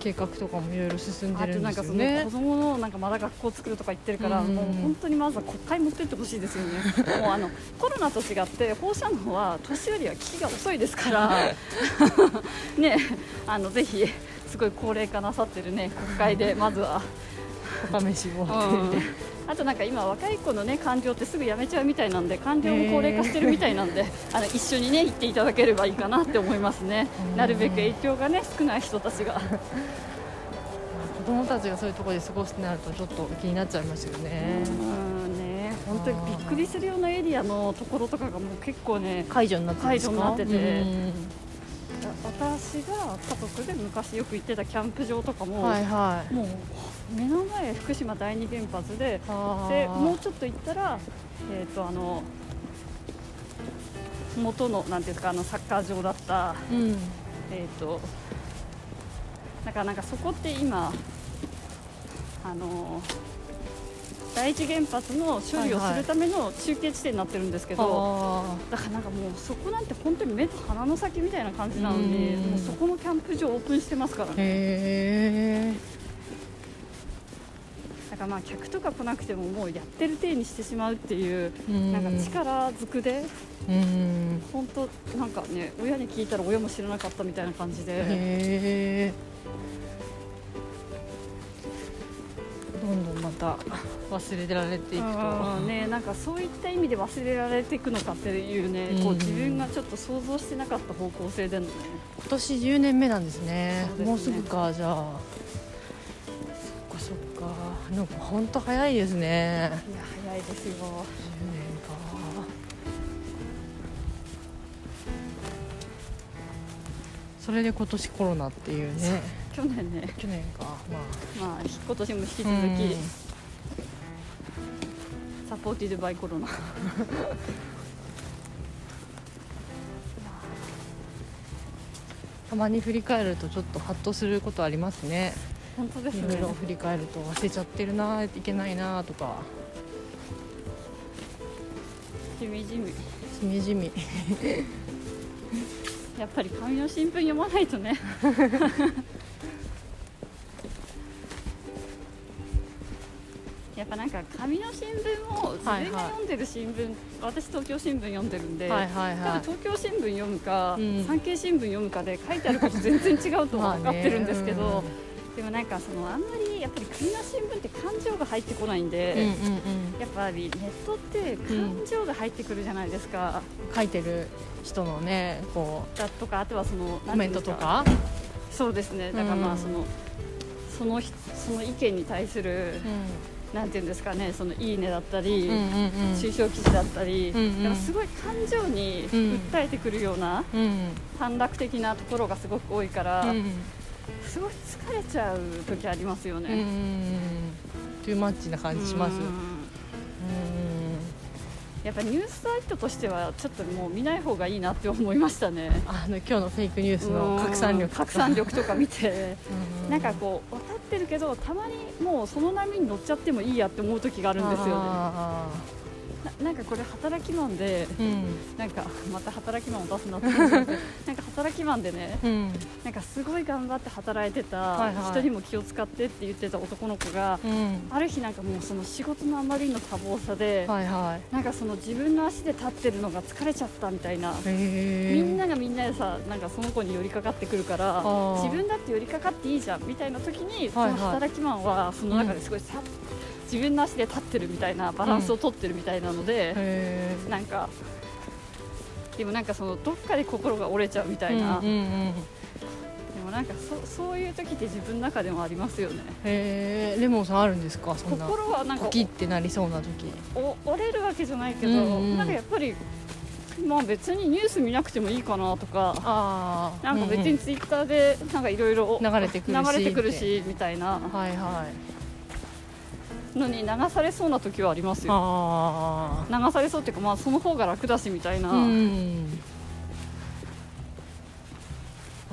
Speaker 2: 計画とかもいろいろ進ん
Speaker 1: あと
Speaker 2: でるん
Speaker 1: な
Speaker 2: で
Speaker 1: んか
Speaker 2: すよ
Speaker 1: その
Speaker 2: ね
Speaker 1: 子供のなんかまだ学校作るとか言ってるから、
Speaker 2: うんうん
Speaker 1: もう本当にまずは国会持ってってほしいですよ ねもうあのコロナと違って放射能は年寄りは効きが遅いですから ねあのぜひすごい高齢化なさってるね国会でまずは、
Speaker 2: お試しを
Speaker 1: あとなんか今若い子のね官僚ってすぐ辞めちゃうみたいなんで官僚も高齢化してるみたいなん で、あの一緒にね行っていただければいいかなって思いますね
Speaker 2: うん
Speaker 1: なるべく影響がね少ない人たちが。
Speaker 2: 子供たちがそういうところで過ごすってなるとちょっと気になっちゃいますよね
Speaker 1: うんね、本当にびっくりするようなエリアのところとかがもう結構ね
Speaker 2: 解除になってるんです
Speaker 1: 解除
Speaker 2: か
Speaker 1: になってて
Speaker 2: うん
Speaker 1: 私が家族で昔よく行ってたキャンプ場とかも、
Speaker 2: はいはい
Speaker 1: もう目の前福島第二原発で
Speaker 2: あー
Speaker 1: でもうちょっと行ったら、えー、とあの元のなんていうんですかあのサッカー場だった、
Speaker 2: うん
Speaker 1: えー、となんかなんかそこって今あの第一原発の処理をするための中継地点になってるんですけど、
Speaker 2: あ
Speaker 1: だからなんかもうそこなんて本当に目と鼻の先みたいな感じなのに
Speaker 2: うん
Speaker 1: もうそこのキャンプ場オープンしてますから
Speaker 2: ー
Speaker 1: ね
Speaker 2: へえ
Speaker 1: かまあ客とか来なくてももうやってる体にしてしまうっていう、
Speaker 2: うん
Speaker 1: なんか力ずくで
Speaker 2: うん
Speaker 1: 本当なんかね親に聞いたら親も知らなかったみたいな感じで、
Speaker 2: へえどんどんまた忘れてられていくと
Speaker 1: うんね、なんかそういった意味で忘れられていくのかっていうね、こ
Speaker 2: う
Speaker 1: うん自分がちょっと想像してなかった方向性でのね
Speaker 2: 今年10年目なんですね
Speaker 1: そうですね
Speaker 2: もうすぐかじゃあそっかそっかなんか本当早いです
Speaker 1: い
Speaker 2: ね
Speaker 1: や早いですよ
Speaker 2: 10年かそれで今年コロナっていうね
Speaker 1: 去年ね
Speaker 2: 去年かまあ
Speaker 1: まあ今年も引き続
Speaker 2: うん
Speaker 1: きサポーティドバイコロナいや
Speaker 2: たまに振り返るとちょっとハッとすることありますね
Speaker 1: 本当です
Speaker 2: いろ
Speaker 1: ね
Speaker 2: いろ振り返ると忘れちゃってるないけないなとか
Speaker 1: しみじみ
Speaker 2: しみじみ
Speaker 1: やっぱり紙の新聞読まないとねやっぱなんか紙の新聞を自
Speaker 2: はいはい
Speaker 1: 分が読んでる新聞、私東京新聞読んでるんで、
Speaker 2: はいは
Speaker 1: 多
Speaker 2: い
Speaker 1: 分
Speaker 2: は
Speaker 1: 東京新聞読むか、
Speaker 2: うん
Speaker 1: 産経新聞読むかで書いてあること全然違う
Speaker 2: い
Speaker 1: とは分かってるんですけど、
Speaker 2: まあね
Speaker 1: でもなんかそのあんまりやっぱり紙の新聞って感情が入ってこないん
Speaker 2: うんうん
Speaker 1: で、
Speaker 2: うん
Speaker 1: やっぱりネットって感情が入ってくるじゃないですか、
Speaker 2: 書いてる人のねこ
Speaker 1: だとかあとはその
Speaker 2: うコメントとか
Speaker 1: そうですねだからま
Speaker 2: う
Speaker 1: あ
Speaker 2: ん
Speaker 1: その、その人その意見に対する、
Speaker 2: う
Speaker 1: なんていうんですかねそのいいねだったり、
Speaker 2: んうんうんうん
Speaker 1: 中小記事だったり、
Speaker 2: うんうん
Speaker 1: だからすごい感情に
Speaker 2: うん
Speaker 1: 訴えてくるような
Speaker 2: うん
Speaker 1: 短絡的なところがすごく多いから、
Speaker 2: うん
Speaker 1: すごい疲れちゃう時ありますよ
Speaker 2: うんうんうんう
Speaker 1: ね。
Speaker 2: んトゥーマッチな感じします
Speaker 1: う
Speaker 2: うんん
Speaker 1: やっぱニュースサイトとしてはちょっともう見ない方がいいなって思いましたね。
Speaker 2: あの今日のフェイクニュースの拡散
Speaker 1: うん
Speaker 2: 力
Speaker 1: 拡散力とか見て
Speaker 2: う
Speaker 1: なんかこう分かってるけどたまにもうその波に乗っちゃってもいいやって思う時があるんですよね
Speaker 2: あ
Speaker 1: ななんかこれ働きマンで
Speaker 2: ーうん
Speaker 1: なんかまた働きマンを出すなって感 じなんですけどなんか働きマンでね
Speaker 2: うん
Speaker 1: なんかすごい頑張って働いて
Speaker 2: はい
Speaker 1: た
Speaker 2: はい
Speaker 1: 人にも気を使ってって言ってた男の子が
Speaker 2: うん
Speaker 1: ある日なんかもうその仕事のあまりの多忙さで
Speaker 2: はいはい
Speaker 1: なんかその自分の足で立ってるのが疲れちゃったみたいな
Speaker 2: へ
Speaker 1: み
Speaker 2: ー
Speaker 1: んながみんなでさなんかその子に寄りかかってくるから
Speaker 2: ー
Speaker 1: 自分だって寄りかかっていいじゃんみたいな時にそ
Speaker 2: はい
Speaker 1: の働きマンはその中ですごいさ、自分の足で立ってるみたいなバランスを取ってるみたいなので、
Speaker 2: へー
Speaker 1: なんかでもなんかそのどっかで心が折れちゃうみたいな、
Speaker 2: うんうんうん、へ
Speaker 1: でもなんかそそういう時って自分の中でもありますよね
Speaker 2: えレモンさんあるんですかそんな
Speaker 1: 心はなんか
Speaker 2: コキってなりそうな時
Speaker 1: お折れるわけじゃないけど、
Speaker 2: うんうん
Speaker 1: なんかやっぱりまあ別にニュース見なくてもいいかなとか
Speaker 2: あ
Speaker 1: なんか別にツイッターでなんかいろいろ
Speaker 2: 流れてくるし
Speaker 1: 流れてくるしみたいな
Speaker 2: はいはい
Speaker 1: のに流されそうな時はありますよ
Speaker 2: あ
Speaker 1: 流されそうっていうかまあその方が楽だしみたいな、
Speaker 2: あうん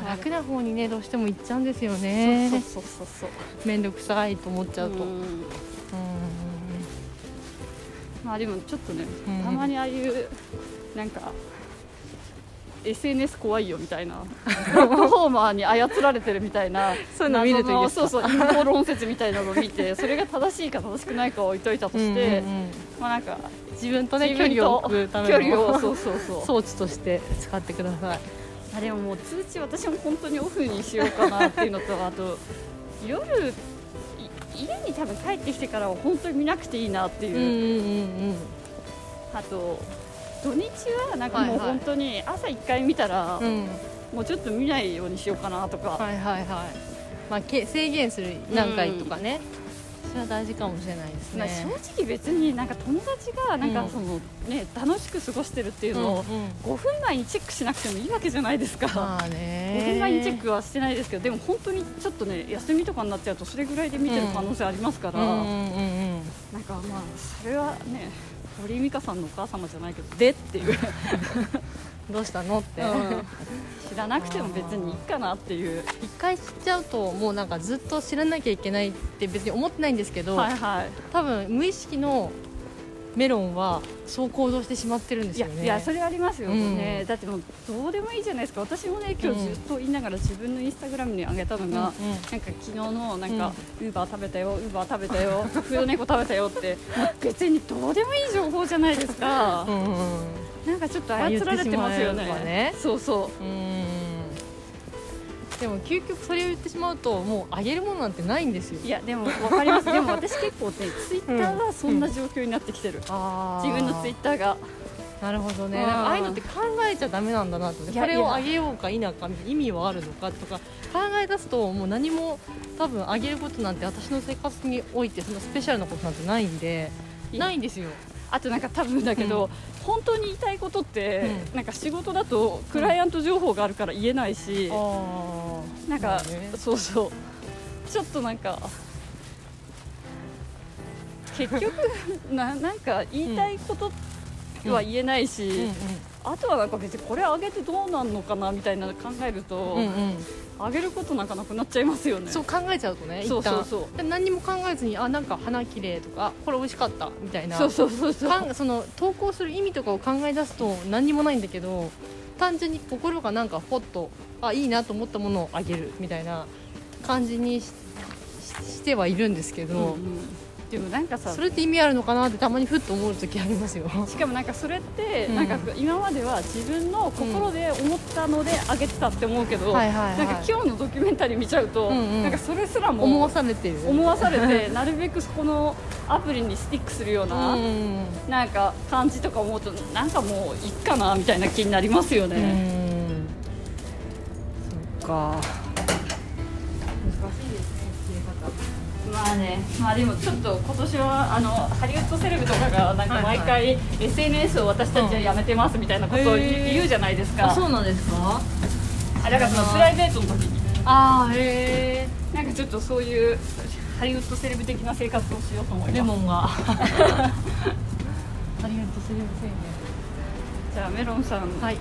Speaker 2: 楽な方にねどうしても行っちゃうんですよね
Speaker 1: そうそうそうそう
Speaker 2: 面倒くさいと思っちゃうと、うん
Speaker 1: んまあでもちょっとね、
Speaker 2: うん
Speaker 1: たまにああいうなんか SNS 怖いよみたいなプロフォーマーに操られてるみたいな
Speaker 2: そういうの見るといいです
Speaker 1: 謎のそうそう陰謀論説みたいなのを見てそれが正しいか正しくないかを置いといたとして、
Speaker 2: うんうんうん
Speaker 1: まあなんか
Speaker 2: 自分とね
Speaker 1: 自
Speaker 2: 距
Speaker 1: 分と
Speaker 2: 離を置くため
Speaker 1: 距離
Speaker 2: の
Speaker 1: をそうそうそう
Speaker 2: 装置として使ってください
Speaker 1: あでももう通知私も本当にオフにしようかなっていうのとあと夜い家に多分帰ってきてからは本当に見なくていいなっていうう、
Speaker 2: んうん
Speaker 1: あと土日はなんかも
Speaker 2: は
Speaker 1: う
Speaker 2: いはい
Speaker 1: 本当に朝1回見たら
Speaker 2: うんうん
Speaker 1: もうちょっと見ないようにしようかなとか、
Speaker 2: はいはいはい、まあ、け制限する何回とかね、それは大事かもしれないです
Speaker 1: まあ
Speaker 2: ね
Speaker 1: 正直別になんか友達がなん
Speaker 2: う
Speaker 1: か
Speaker 2: ん
Speaker 1: その、ね、楽しく過ごしてるっていうのを
Speaker 2: うんう
Speaker 1: 5
Speaker 2: ん
Speaker 1: 分前にチェックしなくてもいいわけじゃないですか。
Speaker 2: まあ
Speaker 1: 5
Speaker 2: ね
Speaker 1: 分前にチェックはしてないですけどでも本当にちょっとね休みとかになっちゃうとそれぐらいで見てる可能性ありますから、
Speaker 2: うんうんうんうん
Speaker 1: なんかまあそれはね堀井美香さんのお母様じゃないけどでっていう、
Speaker 2: どうしたのって、
Speaker 1: 知らなくても別にいいかなっていう
Speaker 2: 一回知っちゃうともうなんかずっと知らなきゃいけないって別に思ってないんですけど、
Speaker 1: はいはい
Speaker 2: 多分無意識のメロンはそう行動してしまってるんです
Speaker 1: いや
Speaker 2: よね
Speaker 1: いやそれありますよ
Speaker 2: うん
Speaker 1: ね、だってもうどうでもいいじゃないですか私もね今日ずっと言いながら自分のインスタグラムに上げたの
Speaker 2: うんうん
Speaker 1: が、なんか昨日のなんか、ウーバー食べたよウーバー食べたよフード猫食べたよって別にどうでもいい情報じゃないですか
Speaker 2: う、んうんうん
Speaker 1: なんかちょっと操られてますよね
Speaker 2: まあ言ってしまえばね
Speaker 1: そうそう
Speaker 2: ーんでも究極それを言ってしまうともうあげるものなんてないんですよ
Speaker 1: ういやでもわかりますでも私結構ねツイッターがそんな状況になってきてる、
Speaker 2: あー
Speaker 1: 自分のツイッターが
Speaker 2: なるほどね
Speaker 1: うん
Speaker 2: なんかああいうのって考えちゃダメなんだなと思って
Speaker 1: いや
Speaker 2: これ
Speaker 1: いや
Speaker 2: をあげようか否か意味はあるのかとか考え出すともう何も多分あげることなんて私の生活においてそんなスペシャルなことなんてないんで
Speaker 1: い
Speaker 2: ないんですよ
Speaker 1: あとなんか多分だけど、
Speaker 2: う
Speaker 1: 本当に言いたいことって、
Speaker 2: う
Speaker 1: なんか仕事だとクライアント情報があるから言えないし、
Speaker 2: あ
Speaker 1: なんか、
Speaker 2: そうね
Speaker 1: そうそうちょっとなんか結 局ななんか言いたいことは言えないし、
Speaker 2: うんうん
Speaker 1: あとはなんか別にこれあげてどうなんのかなみたいなの考えると、
Speaker 2: うんうん
Speaker 1: あげることなんかなくなっちゃいますよね
Speaker 2: そう考えちゃうとね一
Speaker 1: そう
Speaker 2: 旦
Speaker 1: そうそう
Speaker 2: で何にも考えずにあなんか花綺麗とかあこれ美味しかったみたいな
Speaker 1: そうそうそうそう
Speaker 2: かんその投稿する意味とかを考え出すと何にもないんだけど単純に心がなんかポッとあいいなと思ったものをあげるみたいな感じにしししてはいるんですけ
Speaker 1: うん
Speaker 2: ど、
Speaker 1: うんでもなんかさ
Speaker 2: それって意味あるのかなってたまにふっと思う時ありますよ。
Speaker 1: しかもなんかそれって、
Speaker 2: うん
Speaker 1: なんか今までは自分の心で思ったのであげてたって思うけど、
Speaker 2: はいはいはい
Speaker 1: なんか今日のドキュメンタリー見ちゃうと、
Speaker 2: うんうん
Speaker 1: なんかそれすらも
Speaker 2: 思わされてる
Speaker 1: 思わされ てなるべくそこのアプリにスティックするような、
Speaker 2: うんうん
Speaker 1: なんか感じとか思うとなんかもういっかなみたいな気になりますよ
Speaker 2: うん
Speaker 1: ね、
Speaker 2: うんそっか
Speaker 1: 難しいですねまあね、まあでもちょっと今年はあのハリウッドセレブとかがなんか毎
Speaker 2: は
Speaker 1: 回 SNS を私たちはやめてますみたいなことを言
Speaker 2: うんへ
Speaker 1: う
Speaker 2: ー
Speaker 1: 言うじゃないですか、
Speaker 2: あそうなんですか
Speaker 1: あだからそのプライベートの時に
Speaker 2: ああへ
Speaker 1: なんかちょっとそういうハリウッドセレブ的な生活をしようと思いま
Speaker 2: え
Speaker 1: す
Speaker 2: レモンがありがとうすみませんね
Speaker 1: じゃあメロンさん、
Speaker 2: はい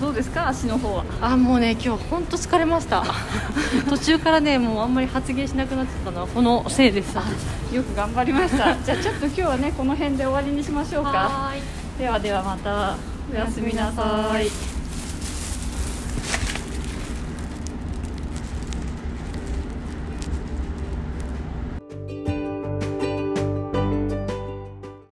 Speaker 1: どどうですか足の方は
Speaker 2: あもうね今日本当疲れました 途中からねもうあんまり発言しなくなっちゃったのはこのせいです
Speaker 1: よく頑張りま したじゃあちょっと今日はねこの辺で終わりにしましょうか
Speaker 2: い
Speaker 1: ではではまたおやすみなさ
Speaker 2: おやすみなさ
Speaker 1: い
Speaker 2: い